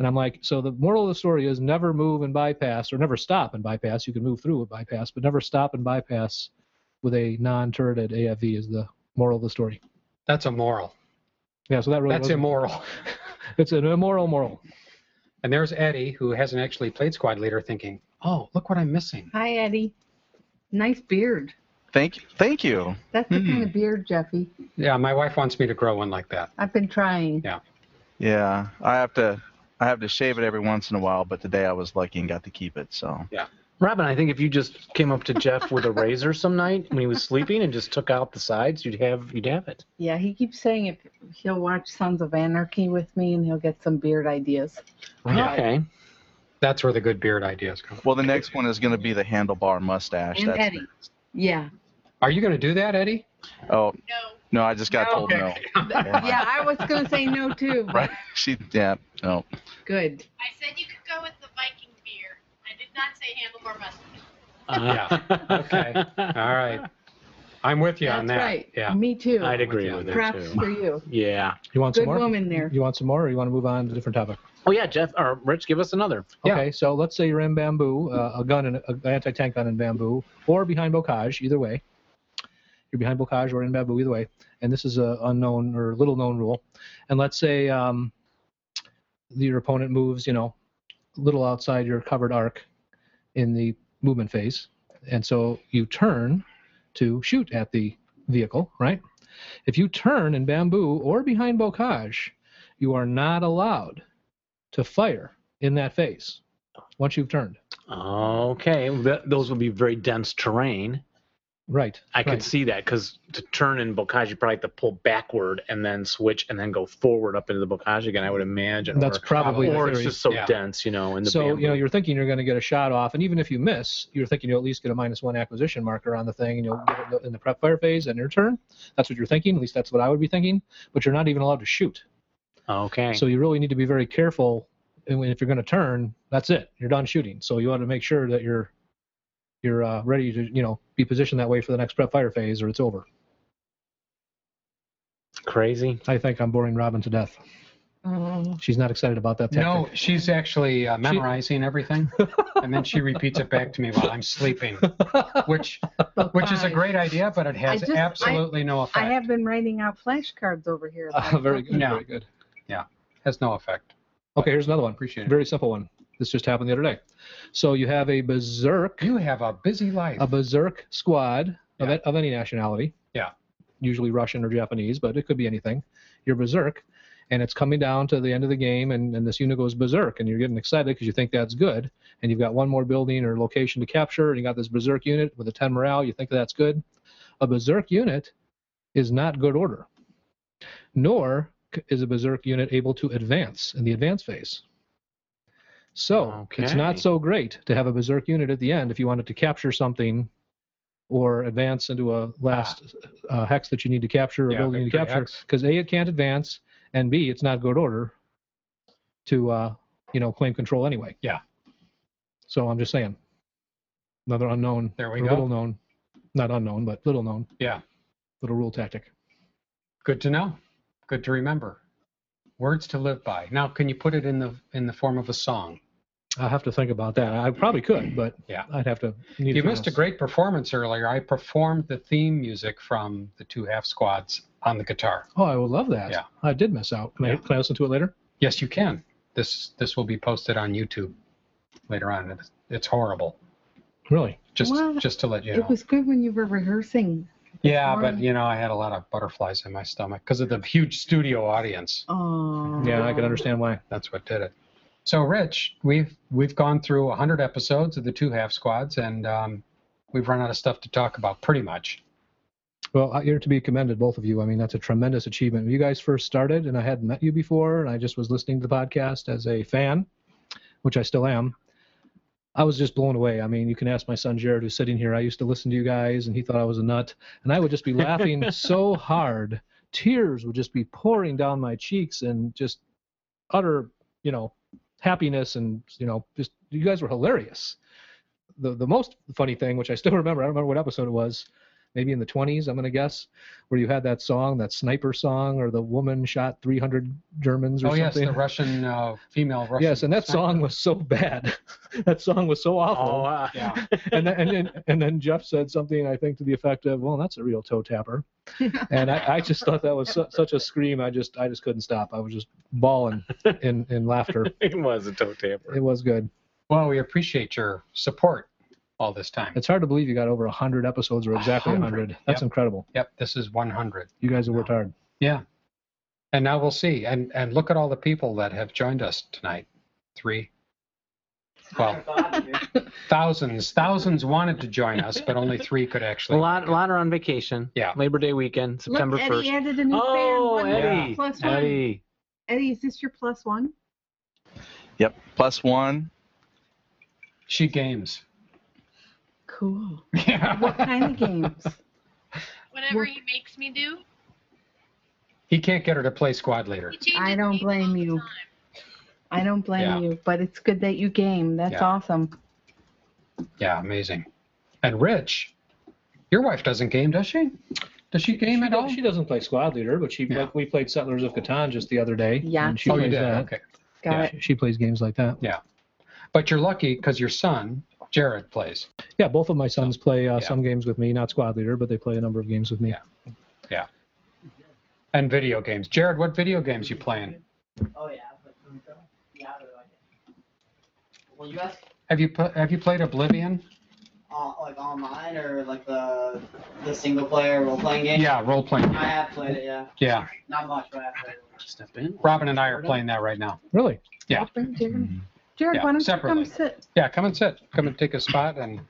S7: And I'm like, so the moral of the story is never move and bypass, or never stop and bypass. You can move through a bypass, but never stop and bypass with a non-turreted AFV is the moral of the story.
S1: That's immoral.
S7: Yeah, so that really
S1: That's
S7: wasn't-
S1: immoral.
S7: It's an immoral moral.
S1: And there's Eddie, who hasn't actually played squad leader, thinking, "Oh, look what I'm missing."
S9: Hi, Eddie. Nice beard.
S6: Thank, thank you.
S11: That's the kind
S1: Hmm.
S11: of beard, Jeffy.
S1: Yeah, my wife wants me to grow one like that.
S11: I've been trying.
S6: Yeah, I have to, I have to shave it every once in a while, but today I was lucky and got to keep it. So
S2: Robin, I think if you just came up to Jeff with a razor some night when he was sleeping and just took out the sides, you'd have you'd have it.
S11: Yeah, he keeps saying if he'll watch Sons of Anarchy with me and he'll get some beard ideas.
S1: Yeah.
S2: Okay.
S1: That's where the good beard ideas come.
S6: Well, the next one is going to be the handlebar mustache.
S9: And
S6: That's
S9: Eddie.
S11: Yeah.
S1: Are you going to do that, Eddie?
S9: No.
S6: oh no, I just got
S9: No.
S6: told no.
S11: Yeah, I was going to say no too. but
S6: Right? She yeah no.
S11: Good.
S12: I said you could go with the Viking beer. I did not say handlebar mustache.
S1: Yeah. Okay. All right. I'm with you on that.
S11: That's right.
S1: Yeah.
S11: Me too.
S1: I'd agree with it,
S11: Props
S1: too.
S11: for you.
S2: Yeah.
S7: You want some
S11: Good
S7: more?
S11: woman there.
S7: You want some more, or you want to move on to a different topic?
S2: Oh yeah, Jeff or Rich, give us another.
S7: Okay, so let's say you're in bamboo, uh, a gun, and an anti-tank gun in bamboo, or behind bocage, either way. You're behind bocage or in bamboo, either way. And this is a unknown or little known rule. And let's say um, your opponent moves, you know, a little outside your covered arc in the movement phase, and so you turn to shoot at the vehicle, right? If you turn in bamboo or behind bocage, you are not allowed to fire in that phase once you've turned.
S2: Okay. Th- those would be very dense terrain.
S7: Right.
S2: I could
S7: right.
S2: see that because to turn in Bocage, you probably have to pull backward and then switch and then go forward up into the Bocage again. I would imagine.
S7: That's
S2: or,
S7: probably the
S2: Or it's
S7: theory.
S2: just so
S7: Yeah.
S2: dense, you know. In the
S7: so
S2: bamboo.
S7: you know you're thinking you're going to get a shot off, and even if you miss, you're thinking you'll at least get a minus one acquisition marker on the thing, and you'll get it in the prep fire phase and your turn. That's what you're thinking. At least that's what I would be thinking. But you're not even allowed to shoot.
S2: okay.
S7: So you really need to be very careful. And when- if you're going to turn, that's it. You're done shooting. So you ought to make sure that you're you're uh, ready to you know be positioned that way for the next prep fire phase, or it's over.
S2: crazy.
S7: I think I'm boring Robin to death.
S3: um,
S7: She's not excited about that. Tactic.
S1: No, she's actually uh, memorizing everything, and then she repeats it back to me while I'm sleeping, which which is a great idea, but it has
S11: I just- I-
S1: absolutely no
S11: I
S1: effect.
S11: have been writing out flashcards over here.
S7: Ah, very good.
S1: No.
S7: Very good.
S1: Yeah, has no effect.
S7: Okay, here's another one.
S1: Appreciate it.
S7: Very simple one. This just happened the other day. So you have a berserk,
S1: You have a busy life.
S7: a berserk squad of,
S1: Yeah.
S7: a- of any nationality,
S1: yeah,
S7: usually Russian or Japanese, but it could be anything. You're berserk, and it's coming down to the end of the game, and, and this unit goes berserk, and you're getting excited because you think that's good, and you've got one more building or location to capture, and you got this berserk unit with a 10 morale. You think that's good. A berserk unit is not good order, nor c- is a berserk unit able to advance in the advance phase. So it's not
S2: Okay.
S7: so great to have a berserk unit at the end if you wanted to capture something or advance into a last uh, hex that you need to capture or
S1: Ah. Yeah,
S7: building you need to
S1: victory
S7: capture
S1: hex.
S7: because a it can't advance and b it's not good order to uh, you know claim control anyway.
S1: yeah.
S7: So I'm just saying another unknown,
S1: There we
S7: or
S1: go.
S7: little known, not unknown but little known
S1: Yeah.
S7: little rule tactic.
S1: Good to know. Good to remember. Words to live by. Now, can you put it in the in the form of a song?
S7: I have to think about that. I probably could, but
S1: Yeah.
S7: I'd have to. Need
S1: You
S7: to
S1: missed a great performance earlier. I performed the theme music from the two half squads on the guitar.
S7: Oh, I would love that.
S1: Yeah.
S7: I did miss out. Can, I,
S1: Yeah.
S7: can I listen to it later?
S1: Yes, you can. This this will be posted on YouTube later on. It's, it's horrible.
S7: Really?
S1: Just
S11: Well,
S1: just to let you
S11: It
S1: know.
S11: was good when you were rehearsing.
S1: Yeah, but
S11: morning.
S1: you know, I had a lot of butterflies in my stomach because of the huge studio audience.
S11: Oh.
S7: Yeah, I can understand why.
S1: That's what did it. So, Rich, we've we've gone through 100 episodes of the two half squads, and um, we've run out of stuff to talk about pretty much.
S7: Well, I- you're to be commended, both of you. I mean, that's a tremendous achievement. When you guys first started, and I hadn't met you before, and I just was listening to the podcast as a fan, which I still am. I was just blown away. I mean, you can ask my son Jared, who's sitting here. I used to listen to you guys, and he thought I was a nut, and I would just be laughing so hard, tears would just be pouring down my cheeks, and just utter, you know, happiness, and you know, just you guys were hilarious. The the most funny thing, which I still remember, I don't remember what episode it was, maybe in the 20s, I'm going to guess, where you had that song, that sniper song, or the woman shot 300 Germans or
S1: oh yes,
S7: something.
S1: the Russian uh, female Russian.
S7: Yes, and that
S1: sniper.
S7: song was so bad. that song was so
S2: Oh,
S7: awful.
S2: uh,
S1: Yeah.
S7: and, then, and then and then Jeff said something I think to the effect of, "Well, that's a real toe tapper," and I, I just thought that was su- such a scream. I just I just couldn't stop. I was just bawling in in laughter.
S2: it was a toe tamper.
S7: It was good.
S1: Well, we appreciate your support all this time.
S7: It's hard to believe you got over hundred episodes or exactly
S1: 100,
S7: hundred. That's
S1: yep.
S7: incredible.
S1: Yep, this is 100.
S7: You guys have worked hard.
S1: Yeah. And now we'll see. And and look at all the people that have joined us tonight. Three. Well, thousands, thousands wanted to join us, but only three could
S2: A
S1: actually.
S2: lot, a lot are on vacation.
S1: Yeah.
S2: Labor Day weekend, September
S11: Look, Eddie
S2: first.
S11: added a new
S2: Oh,
S11: fan. One
S2: Eddie.
S11: Plus one. Eddie.
S2: Eddie.
S11: is this your plus one?
S6: Yep. Plus one.
S1: She games.
S11: Cool. What
S1: Yeah.
S11: kind of games?
S12: Whatever
S11: Work-
S12: he makes me do,
S1: He can't get her to play squad leader.
S12: he changes
S11: I don't
S12: me
S11: blame
S12: all the
S11: you.
S12: time.
S11: I don't blame
S1: Yeah.
S11: you, but it's good that you game. That's
S1: Yeah.
S11: awesome.
S1: Yeah, amazing. And Rich, your wife doesn't game, does she? Does she game at all?
S7: She doesn't play squad leader, but she like, we played Settlers of Catan just the other day.
S11: Yeah.
S7: and she
S1: oh, you
S7: plays
S1: did.
S7: that.
S1: Okay.
S11: Got
S1: Yeah.
S11: it.
S7: She plays games like that.
S1: Yeah. But you're lucky because your son, Jared, plays.
S7: Yeah, both of my sons play uh, some games with me, not squad leader, but they play a number of games with me.
S1: Yeah. And video games. Jared, what video games you playing?
S10: Oh, yeah. but- Yeah, I really like it. Well, you ask,
S1: Have you put, have you played Oblivion?
S10: uh, like online or like the the single player role playing game?
S1: Yeah, role playing.
S10: I have played it, yeah.
S1: Yeah.
S10: Not much, but I have played it.
S2: Step in.
S1: Robin and I are playing that right now.
S7: Really?
S1: Yeah.
S11: Bring Jared. Jared,
S1: Yeah,
S11: why don't
S1: separately.
S11: you come sit?
S1: Yeah, come and sit. Come and take a spot and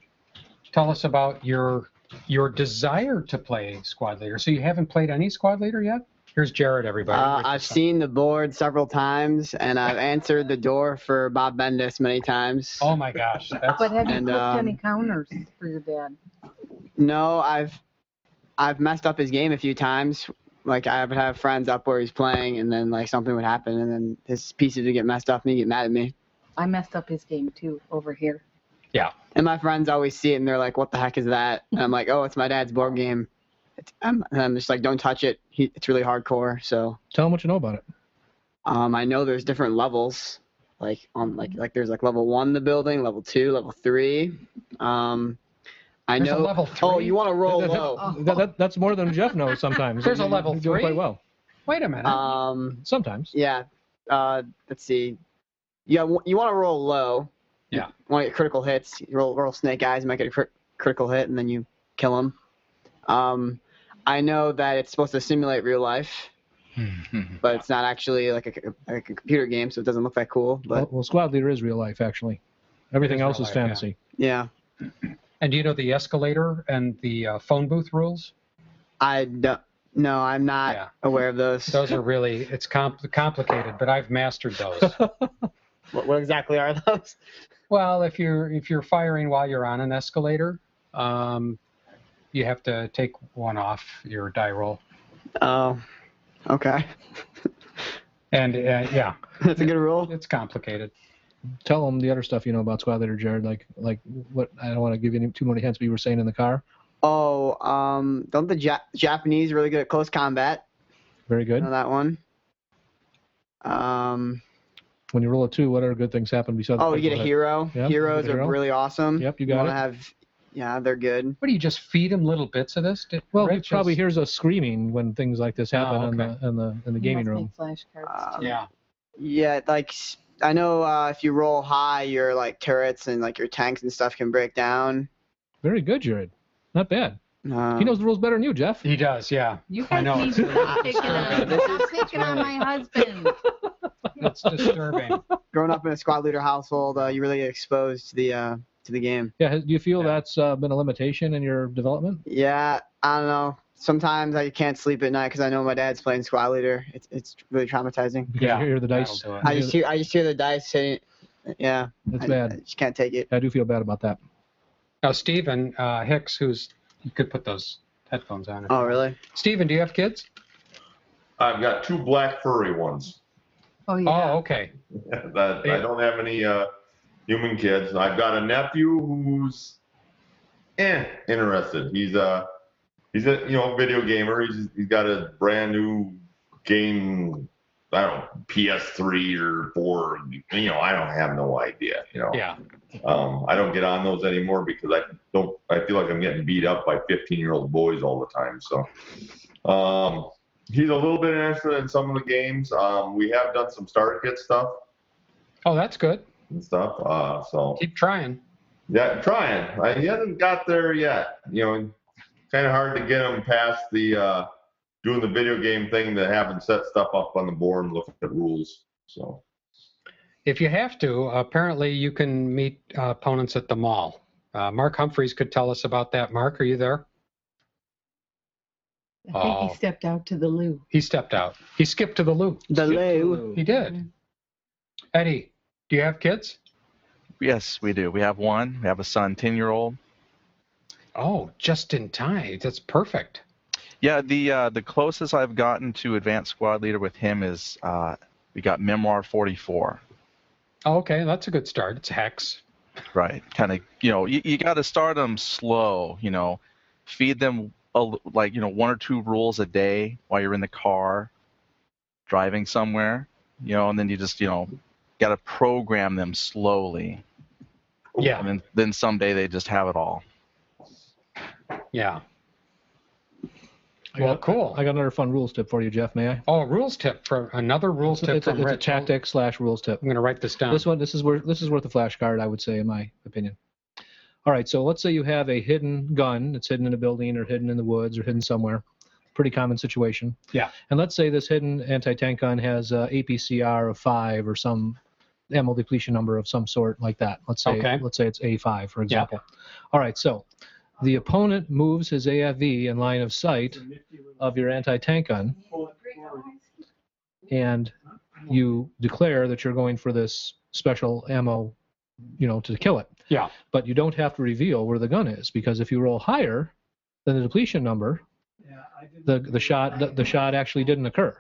S1: tell us about your your desire to play squad leader. So you haven't played any squad leader yet? Here's Jared, everybody.
S12: Uh, I've seen the board several times, and I've answered the door for Bob Bendis many times.
S1: Oh my gosh! That's...
S11: But have you
S12: And,
S11: cooked
S12: um,
S11: any counters for your dad?
S12: No, I've I've messed up his game a few times. Like I would have friends up where he's playing, and then like something would happen, and then his pieces would get messed up, and he'd get mad at me.
S11: I messed up his game too over here.
S1: Yeah.
S12: And my friends always see it, and they're like, "What the heck is that?" And I'm like, "Oh, it's my dad's board game." It's, I'm, and I'm just like, "Don't touch it. He, it's really hardcore." So
S7: Tell them what you know about it.
S12: Um, I know there's different levels, like on like like there's like level one in the building, level two, level three. Um, I
S7: There's a
S12: know
S7: level
S12: Oh, you want to roll
S7: That- that-
S12: low?
S7: that- that- that's more than Jeff knows sometimes.
S12: There's a
S7: You- you
S12: level
S7: do it
S12: three?
S7: Quite well.
S1: Wait a minute.
S12: Um,
S7: sometimes.
S12: Yeah. Uh, let's see. Yeah, w- you want to roll low.
S1: Yeah.
S12: Want to get critical hits? You roll roll snake eyes, might get a crit- critical hit, and then you kill him. Um, I know that it's supposed to simulate real life, but it's not actually like a, c- like a computer game, so it doesn't look that cool. But
S7: well, well, squad leader is real life actually. Everything
S1: It is
S7: else
S1: real
S7: is
S1: life, yeah.
S7: fantasy.
S12: yeah.
S1: And do you know the escalator and the uh, phone booth rules?
S12: I don't. No, I'm not aware of those.
S1: Those are really it's compl- complicated, but I've mastered those.
S12: what, what exactly are those?
S1: Well, if you're if you're firing while you're on an escalator, um, you have to take one off your die roll.
S12: Oh, okay.
S1: And uh, yeah,
S12: that's a good rule.
S1: It's complicated.
S7: Tell them the other stuff you know about squad leader, Jared. Like like what I don't want to give you any, too many hints, but you were saying in the car.
S12: Oh, um, don't the ja- Japanese really good at close combat?
S7: Very good.
S12: Know that one. Um,
S7: When you roll a two, what other good things happen besides?
S12: oh, you get a hero.
S7: Yeah, you
S12: Heroes
S7: get a
S12: are
S7: hero.
S12: really awesome.
S7: Yep, you
S12: You
S7: got
S12: want
S7: it.
S12: to have, yeah, they're good.
S1: What do you just feed him little bits of this? Did-
S7: Well, he
S1: Rich
S7: probably
S1: is-
S7: hears us screaming when things like this happen
S1: Oh,
S7: in the in the in the gaming room.
S12: Uh,
S1: yeah.
S12: Yeah, like s- I know uh, if you roll high, your like turrets and like your tanks and stuff can break down.
S7: Very good, Jared. Not bad. he
S12: Um,
S7: knows the rules better than you, Jeff.
S1: He does, yeah.
S11: You
S1: I
S11: guys
S1: know
S11: need
S1: it's,
S11: to stop picking on,
S1: disturbing.
S11: stop picking on my husband.
S1: it's disturbing.
S12: growing up in a squad leader household, uh, you really get exposed to the uh, to the game.
S7: Yeah, has- do you feel that's uh, been a limitation in your development?
S12: Yeah, I don't know. Sometimes I can't sleep at night because I know my dad's playing squad leader. It's it's really traumatizing.
S7: Because you hear the dice.
S12: I just hear I just hear the dice hitting. Yeah,
S7: That's
S12: I,
S7: bad.
S12: I just can't take it.
S7: I do feel bad about that.
S1: Now, Stephen uh, Hicks, who's you could put those headphones on. if-
S12: Oh, really?
S1: Stephen, do you have kids?
S5: I've got two black furry ones.
S11: Oh,
S1: yeah. Oh, okay.
S5: that I don't have any uh, human kids. I've got a nephew who's eh, interested. He's a he's a you know video gamer. He's he's got a brand new game. I don't know, PS3 or four. You know, I don't have no idea. You know.
S1: Yeah.
S5: Um, I don't get on those anymore because I don't. I feel like I'm getting beat up by 15 year old boys all the time. So um, he's a little bit interested in some of the games. Um, we have done some starter kit stuff
S1: Oh, that's good.
S5: and stuff. Uh, so
S1: Keep trying.
S5: yeah, trying. Uh, he hasn't got there yet. You know, kind of hard to get him past the uh, doing the video game thing to have him set stuff up on the board and look at rules. So
S1: If you have to, apparently you can meet uh, opponents at the mall. Uh, Mark Humphreys could tell us about that. Mark, are you there?
S11: I think
S1: Oh.
S11: he stepped out to the loo.
S1: He stepped out. He skipped to the loo.
S12: The loo.
S1: He did. Eddie, do you have kids?
S6: Yes, we do. We have one. We have a son, 10 year old.
S1: Oh, just in time. That's perfect.
S6: Yeah, the uh, the closest I've gotten to advanced squad leader with him is uh, we got Memoir 44.
S1: Oh, okay, that's a good start. It's hex.
S6: Right. Kind of, you know, you, you got to start them slow, you know, feed them a, l- like, you know, one or two rules a day while you're in the car driving somewhere, you know, and then you just, you know, got to program them slowly.
S1: Yeah.
S6: And then, then someday they just have it all.
S1: Yeah.
S7: I well, got, cool. I got another fun rules tip for you, Jeff. May I?
S1: Oh, rules tip for another rules tip
S7: it's a,
S1: from
S7: it's a
S1: Rich.
S7: tactic slash rules tip.
S1: I'm gonna write this down.
S7: This one, this is worth this is worth a flashcard, I would say, in my opinion. All right, so let's say you have a hidden gun that's hidden in a building or hidden in the woods or hidden somewhere. Pretty common situation.
S1: Yeah.
S7: And let's say this hidden anti-tank gun has uh, a APCR of five or some ammo depletion number of some sort like that. Let's say
S1: Okay.
S7: let's say it's A5 for example. All right, so the opponent moves his AFV in line of sight of your anti-tank gun, and you declare that you're going for this special ammo, you know, to kill it.
S1: Yeah.
S7: But you don't have to reveal where the gun is because if you roll higher than the depletion number, the the shot the, the shot actually didn't occur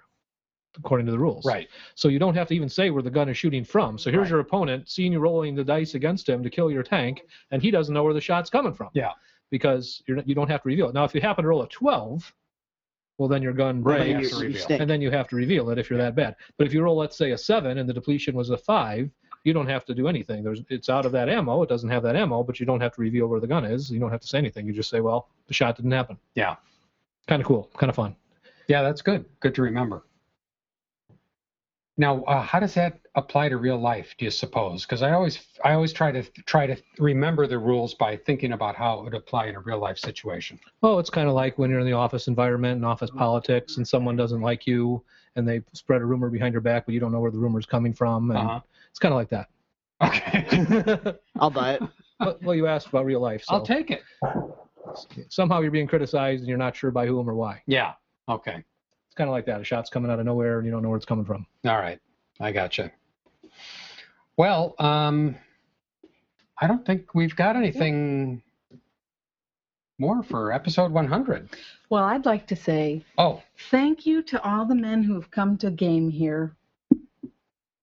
S7: according to the rules.
S1: Right.
S7: So you don't have to even say where the gun is shooting from. So here's
S1: Right.
S7: your opponent seeing you rolling the dice against him to kill your tank, and he doesn't know where the shot's coming from.
S1: Yeah.
S7: Because you're, you don't have to reveal it. Now, if you happen to roll a 12, well, then your gun
S1: Right, you have
S7: breaks,
S1: to You- you reveal. stink.
S7: and then you have to reveal it if you're that bad. But if you roll, let's say, a 7 and the depletion was a 5, you don't have to do anything. There's, it's out of that ammo. It doesn't have that ammo, but you don't have to reveal where the gun is. You don't have to say anything. You just say, well, the shot didn't happen.
S1: Yeah.
S7: Kind of cool. Kind of fun.
S1: Yeah, that's good. Good to remember. Now, uh, how does that apply to real life? Do you suppose? Because I always, I always try to try to remember the rules by thinking about how it would apply in a real life situation.
S7: Well, it's kind of like when you're in the office environment and
S1: Mm-hmm.
S7: office politics, and someone doesn't like you, and they spread a rumor behind your back, but you don't know where the rumor's coming from, and
S1: Uh-huh.
S7: it's kind of like that. Okay.
S12: I'll buy it.
S7: well, you asked about real life. So
S1: I'll take it.
S7: Somehow you're being criticized, and you're not sure by whom or why.
S1: Yeah. Okay.
S7: It's kind of like that. A shot's coming out of nowhere, and you don't know where it's coming from.
S1: All right. I gotcha. Well, um, I don't think we've got anything more for episode 100.
S11: Well, I'd like to say
S1: Oh,
S11: thank you to all the men who have come to game here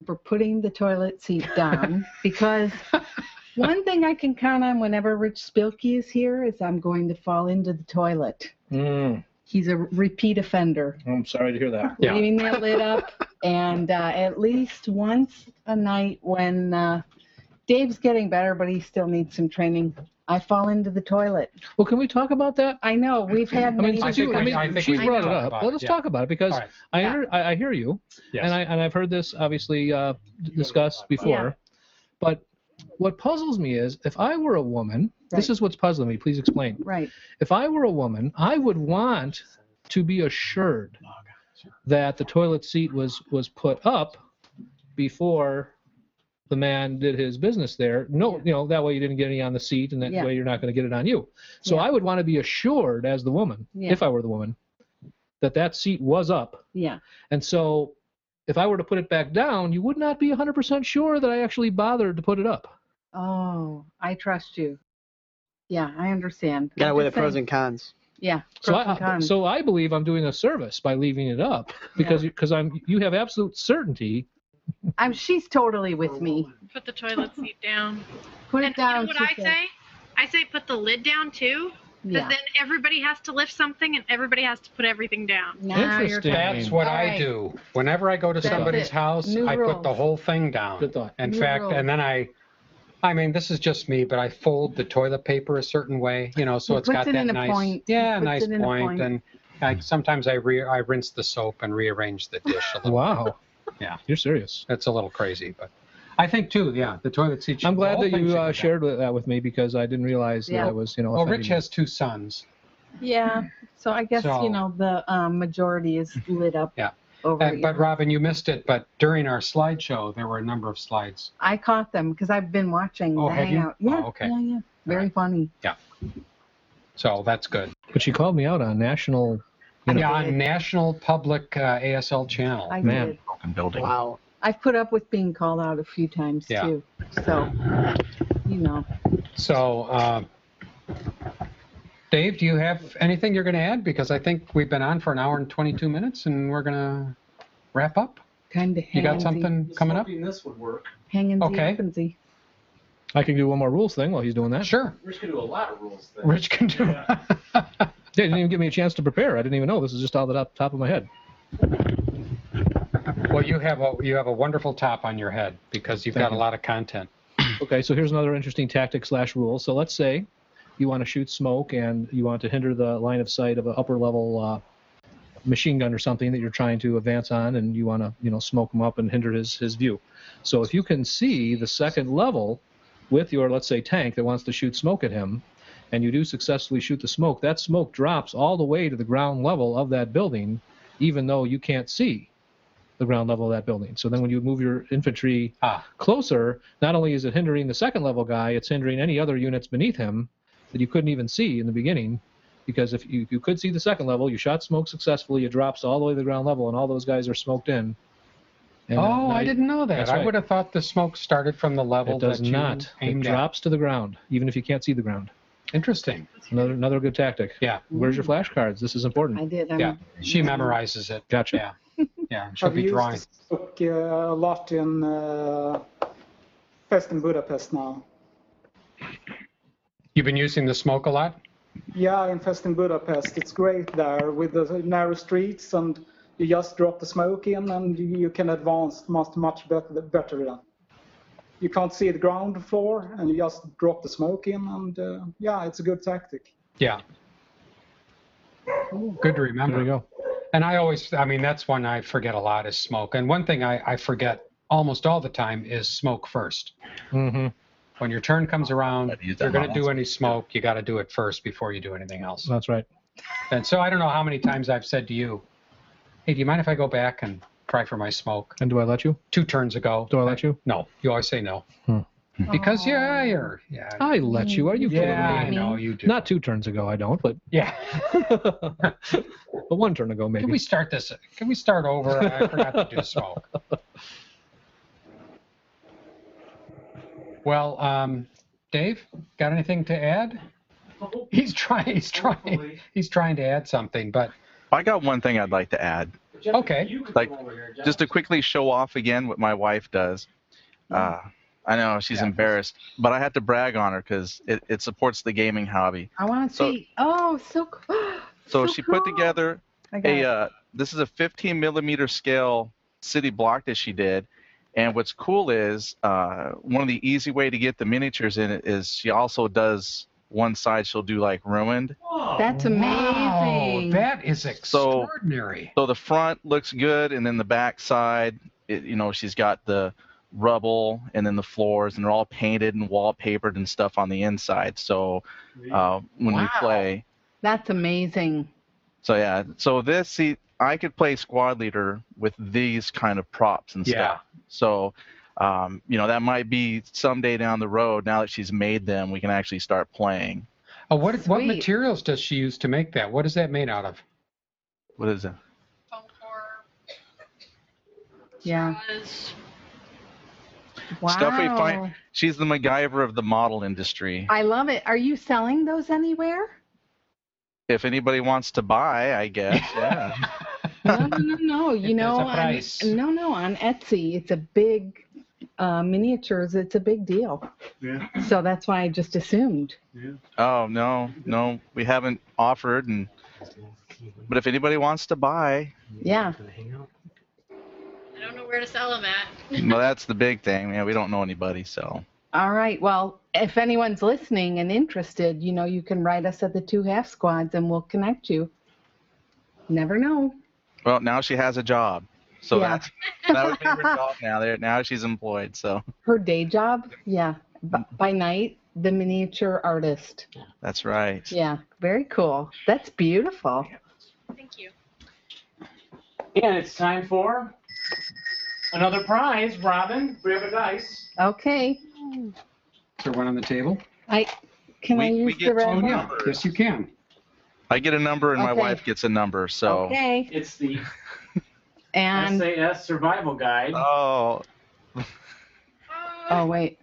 S11: for putting the toilet seat down because one thing I can count on whenever Rich Spilkey is here is I'm going to fall into the toilet. He's a repeat offender.
S7: Mm. I'm sorry to hear that.
S11: leaving that lid up. And uh, at least once a night when uh, Dave's getting better, but he still needs some training, I fall into the toilet.
S7: Well, can we talk about that?
S11: I know we've
S7: I
S11: had many.
S7: mean, since you, I mean, she's brought it up. Well, let's talk about it because
S1: All right.
S7: I, under, I I hear you, and I and I've heard this obviously uh, d- discussed before. But what puzzles me is if I were a woman, this is what's puzzling me. Please explain.
S11: Right.
S7: If I were a woman, I would want to be assured that the toilet seat was was put up before the man did his business there. No, you know that way you didn't get any on the seat, and that
S11: Yeah.
S7: way you're not going to get it on you. So I would want to be assured as the woman,
S11: Yeah.
S7: if I were the woman, that that seat was up.
S11: Yeah.
S7: And so if I were to put it back down, you would not be 100% sure that I actually bothered to put it up.
S11: Oh, I trust you. Yeah, I understand.
S12: Got to
S11: I'm
S12: weigh the
S11: just
S12: pros
S11: saying-
S12: and cons.
S11: Yeah.
S7: So
S11: pros and
S7: I,
S11: cons.
S7: so I believe I'm doing a service by leaving it up because because I'm you have absolute certainty.
S11: I'm. She's totally with me.
S13: Put the toilet seat down.
S11: Put it
S13: and you know
S11: down.
S13: what
S11: she
S13: I
S11: said.
S13: say? I say put the lid down too, because
S11: Yeah.
S13: then everybody has to lift something and everybody has to put everything down.
S11: Now you're
S1: Interesting. That's what
S13: All
S1: I
S13: right.
S1: do. Whenever I go to
S13: That's
S1: somebody's
S13: it.
S1: house,
S13: New
S1: I put the
S13: rules.
S1: whole thing down.
S7: Good thought.
S1: In
S13: New
S1: fact,
S13: rules.
S1: and then I, I mean, this is just me, but I fold the toilet paper a certain way, you know, so
S11: He
S1: it's got
S11: puts it
S1: that
S11: in a
S1: nice,
S11: point. He
S1: yeah,
S11: puts
S1: nice
S11: it in a
S1: point.
S11: point.
S1: And I, sometimes I re, I rinse the soap and rearrange the dish a little.
S7: Wow.
S1: Yeah.
S7: You're serious.
S1: That's a little crazy, but I think too, yeah, the toilet seat. should-
S7: I'm glad
S1: the
S7: that
S1: whole thing
S7: you
S1: should
S7: uh,
S1: be
S7: shared with- that with me because I didn't realize
S11: Yeah.
S7: that it was you know.
S1: down. Well, Rich
S7: offending
S1: has two sons.
S11: Yeah. So I guess
S1: So-
S11: you know the um, majority is lit up.
S1: Yeah.
S11: Over
S1: And,
S11: you.
S1: but Robin, you missed it, but during our slideshow, there were a number of slides.
S11: I caught them because I've been watching
S1: Oh,
S11: the
S1: have you?
S11: hangout.
S1: Oh,
S11: Yeah,
S1: okay.
S11: yeah, yeah. Very funny.
S1: Yeah. So that's good.
S7: me. But she called me out on national. You know,
S1: Yeah, on national public uh, ASL channel.
S11: I Man. did.
S6: Broken building.
S12: Wow.
S11: I've put up with being called out a few times
S1: Yeah.
S11: too. So, you know,
S1: So, uh, Dave, do you have anything you're going to add? Because I think we've been on for an hour and 22 minutes, and we're going to wrap up.
S11: kind of
S1: You got something coming up?
S10: Hoping this would work.
S11: hanging
S1: Okay.
S11: okay.
S7: I can do one more rules thing while he's doing that.
S1: Sure.
S14: Rich can do a lot of rules. Then.
S1: Rich can do.
S7: They didn't even give me a chance to prepare. I didn't even know. This is just out the top, top of my head.
S1: Well, you have a you have a wonderful top on your head because you've
S7: Thank
S1: got a
S7: you.
S1: lot of content.
S7: Okay, so here's another interesting tactic slash rule. So let's say you want to shoot smoke and you want to hinder the line of sight of an upper level uh, machine gun or something that you're trying to advance on, and you want to you know smoke him up and hinder his his view. So if you can see the second level with your let's say tank that wants to shoot smoke at him, and you do successfully shoot the smoke, that smoke drops all the way to the ground level of that building, even though you can't see the ground level of that building. So then when you move your infantry
S1: Ah.
S7: closer, not only is it hindering the second level guy, it's hindering any other units beneath him that you couldn't even see in the beginning. Because if you, you could see the second level, you shot smoke successfully, it drops all the way to the ground level, and all those guys are smoked in. And, uh,
S1: oh,
S7: now
S1: I
S7: you-
S1: didn't know that.
S7: That's
S1: I
S7: right.
S1: would have thought the smoke started from the level
S7: It does
S1: that
S7: not.
S1: you
S7: It
S1: aimed
S7: drops to the ground, even if you can't see the ground.
S1: Interesting.
S7: Another another good tactic.
S1: Yeah.
S7: Where's your flashcards? This is important.
S11: I did.
S1: at.
S11: I'm-
S1: Yeah, she memorizes it.
S7: Gotcha.
S1: Yeah, yeah. She'll
S3: I've
S1: be
S3: used
S1: drawing.
S3: this book uh, a lot in uh, Fest in Budapest now.
S1: You've been using the smoke a lot.
S3: Yeah, in Fest in Budapest, it's great there with the narrow streets and you just drop the smoke in and you, you can advance much much better better then. You can't see the ground floor and you just drop the smoke in and uh, yeah, it's a good tactic.
S1: Yeah. Good to remember.
S7: There you go.
S1: And I always, I mean, that's one I forget a lot is smoke. And one thing I, I forget almost all the time is smoke first.
S7: Mm-hmm.
S1: When your turn comes around,
S7: that
S1: you're going to do
S7: model.
S1: any smoke, you got to do it first before you do anything else.
S7: That's right.
S1: And so I don't know how many times I've said to you, hey, do you mind if I go back and try for my smoke?
S7: And do I let you?
S1: Two turns ago.
S7: Do I let you?
S1: No. You always say no.
S7: Hmm.
S1: Because yeah, you're, yeah.
S7: I let you. Are you kidding
S1: Yeah, I
S7: me?
S1: know you do.
S7: Not two turns ago, I don't, but
S1: Yeah.
S7: but one turn ago maybe.
S1: Can we start this? Can we start over? I forgot to do smoke. Well, um, Dave, got anything to add? He's trying. He's trying. He's trying to add something, but
S6: I got one thing I'd like to add.
S1: okay.
S6: like just to quickly show off again what my wife does. Uh, I know she's embarrassed, but I had to brag on her because it, it supports the gaming hobby.
S11: I want to
S6: So-
S11: see. Oh, so cool.
S6: So, she put together
S11: I got
S6: a
S11: it.
S6: uh, this is a 15 millimeter scale city block that she did, and what's cool is uh, one of the easy way to get the miniatures in it is she also does one side she'll do like ruined.
S11: That's
S1: Wow,
S11: amazing.
S1: that is
S6: So-
S1: extraordinary.
S6: So the front looks good, and then the back side, it, you know, she's got the rubble, and then the floors, and they're all painted and wallpapered and stuff on the inside. So uh, when we
S11: Wow.
S6: play,
S11: That's amazing.
S6: so yeah, so this see, I could play squad leader with these kind of props and stuff. So. Um, you know that might be someday down the road. Now that she's made them, we can actually start playing.
S1: Oh, what what materials does she use to make that? What is that made out of?
S6: What is it?
S11: Yeah. Wow.
S6: Stuff we find. She's the MacGyver of the model industry.
S11: I love it. Are you selling those anywhere?
S6: If anybody wants to buy, I guess. Yeah.
S11: No, no, no, no. You know,
S6: a
S11: on-
S6: price.
S11: no, no. On Etsy, it's a big uh, miniatures. It's a big deal.
S6: Yeah.
S11: So that's why I just assumed.
S6: Oh no, no, we haven't offered, and but if anybody wants to buy,
S11: Yeah.
S13: I don't know where to sell them at.
S6: well, that's the big thing. Yeah, we don't know anybody, so
S11: All right. Well, if anyone's listening and interested, you know, you can write us at the two half squads and we'll connect you. Never know.
S6: well now she has a job, so
S11: Yeah.
S6: that's that would be her job now. There, now she's employed, so
S11: Her day job, yeah. B-
S1: Mm-hmm.
S11: by night, the miniature artist.
S6: that's right.
S11: Yeah. Very cool. That's beautiful.
S13: Thank you.
S2: And it's time for another prize, Robin. Grab a dice.
S11: Okay.
S1: Is there one on the table?
S11: I can I
S6: We- we
S11: use
S6: get
S11: the red
S6: two
S11: one?
S6: now.
S1: Yes, you can.
S6: I get a number, and my
S11: Okay.
S6: wife gets a number, so
S11: Okay.
S2: Oh. It's the
S11: And
S2: SAS Survival Guide.
S6: Oh,
S11: oh wait.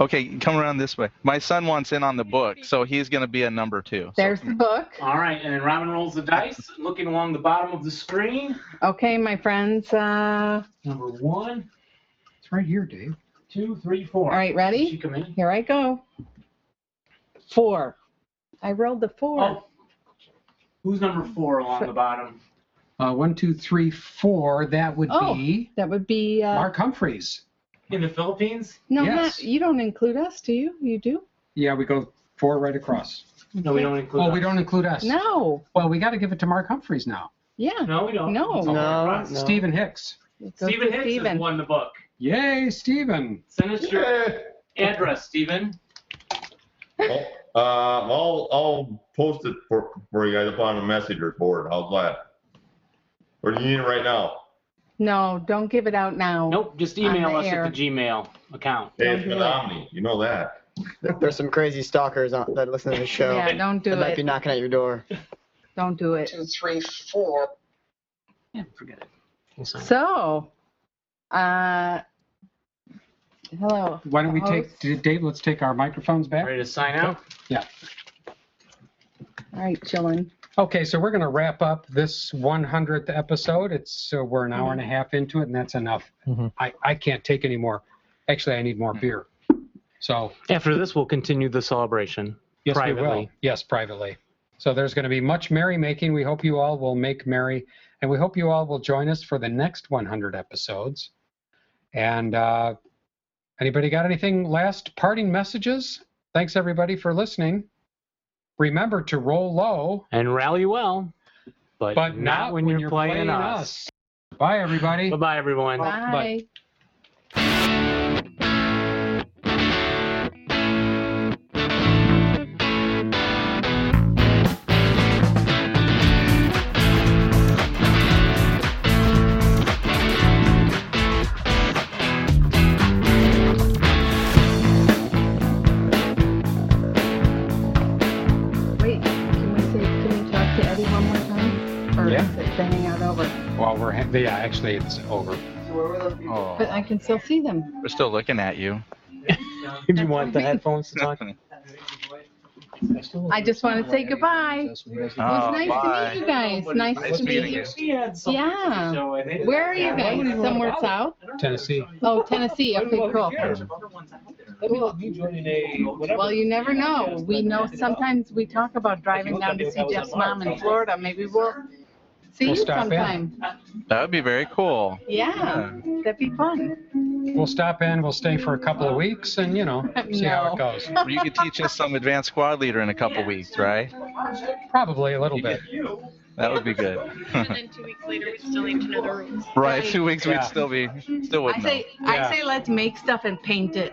S6: okay, come around this way. My son wants in on the book, so he's gonna be a number two.
S11: There's the book.
S2: All right, and then Robin rolls the dice, looking along the bottom of the screen.
S11: Okay, my friends. Uh,
S2: Number one.
S1: It's right here, Dave.
S2: two, three, four.
S11: All right, ready? Here I go. Four. I rolled the
S2: Oh.
S11: four.
S2: Who's number four along the bottom?
S1: Uh, one, two, three, four. That would
S11: Oh,
S1: be
S11: that would be, uh,
S1: Mark Humphreys.
S2: In the Philippines?
S11: no,
S1: yes.
S11: not, you don't include us, do you? You do?
S1: Yeah, we go four right across.
S2: No, we don't include
S1: Oh, we
S2: us.
S1: don't include us.
S11: No,
S1: Well, we got to give it to Mark Humphreys now.
S11: yeah.
S2: No, we don't.
S11: No.
S1: No. Stephen Hicks.
S11: It goes
S2: Stephen
S11: to
S2: Hicks
S11: Stephen.
S2: has won the book.
S1: Yay, Stephen.
S2: Send us your address, Stephen.
S5: Well, uh, I'll, I'll post it for, for you guys up on the messenger board. How's that? Or do you need it right now?
S11: No, don't give it out now.
S2: Nope, just
S11: On
S2: email
S11: the
S2: us
S11: air.
S2: at the Gmail account.
S5: Hey, it's Menominee. You know that.
S12: There's some crazy stalkers on, that listen to the show.
S11: Yeah, don't do
S12: that might
S11: it.
S12: be knocking at your door.
S11: Don't do it.
S9: Two, three, four.
S2: Yeah, forget it. We'll sign it.
S11: So, uh, hello.
S1: Why don't we take, D- Dave, let's take our microphones back.
S2: Ready to sign out?
S1: Yeah.
S11: All right, chillin'.
S1: Okay, so we're going to wrap up this 100th episode. It's, so we're an hour and a half into it and that's enough.
S2: Mm-hmm.
S1: I, I can't take any more. Actually, I need more beer. So
S2: After this, we'll continue the celebration
S1: Yes, we
S2: privately.
S1: will. Yes, privately. So there's going to be much merrymaking. We hope you all will make merry, and we hope you all will join us for the next 100 episodes. And uh, anybody got anything last parting messages? Thanks everybody for listening. Remember to roll low,
S2: And rally well, but,
S1: but
S2: not, when, you're, playing, us.
S1: us. Bye everybody.
S2: Bye-bye, everyone.
S11: Bye. Wait, can we say, can we talk to Eddie one more time? Or
S1: Yeah.
S11: is it banging out over?
S1: Well, we're ha- yeah, actually it's over.
S10: So where were those people?
S11: But I can still see them.
S6: Oh, We're still looking at you.
S2: If you want the headphones to talk.
S11: I just want to say goodbye. It was nice to meet you guys. Oh, Nice, to meet you. Yeah. Where are you guys? Somewhere south?
S1: Tennessee.
S11: Oh, Tennessee. Okay, cool. Cool. Well,
S10: Well,
S11: you never know. We know sometimes we talk about driving down to see Jeff's mom in Florida. Maybe we'll see
S1: We'll
S11: you
S1: stop in.
S11: sometime.
S6: That would be very cool.
S11: Yeah, that'd be fun.
S1: We'll stop in, we'll stay for a couple of weeks and you know, see how it goes.
S6: Or you could teach us some advanced squad leader in a couple weeks, right?
S1: Probably a little bit.
S6: That would be good.
S13: And then two weeks later, we still need to know the rules.
S6: right, two weeks
S1: Yeah.
S6: we'd still be still
S11: I
S6: wouldn't know.
S11: say, I
S1: Yeah.
S11: say let's make stuff and paint it.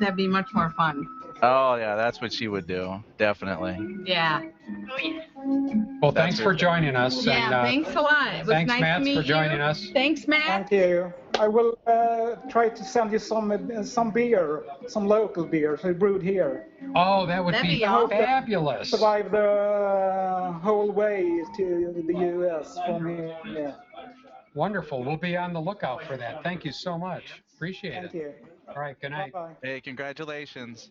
S11: That'd be much more fun.
S6: Oh yeah, that's what she would do. Definitely.
S11: Yeah.
S13: Oh, yeah.
S1: Well,
S6: That's
S1: thanks
S6: it.
S1: for joining us. and, uh,
S11: Yeah, thanks a lot. It was
S1: thanks,
S11: nice
S1: Matt,
S11: to
S1: for
S11: meet
S1: joining
S11: you.
S1: us.
S11: Thanks, Matt.
S3: Thank you. I will uh, try to send you some uh, some beer, some local beer, so brewed here.
S1: Oh, that would
S11: That'd
S1: be
S11: be awesome.
S1: fabulous.
S3: Survive the uh, whole way to the U.S. from here.
S1: Wonderful. We'll be on the lookout for that. Thank you so much. Appreciate
S3: Thank
S1: it.
S3: you.
S1: All right, good night.
S3: Bye bye.
S6: Hey, congratulations.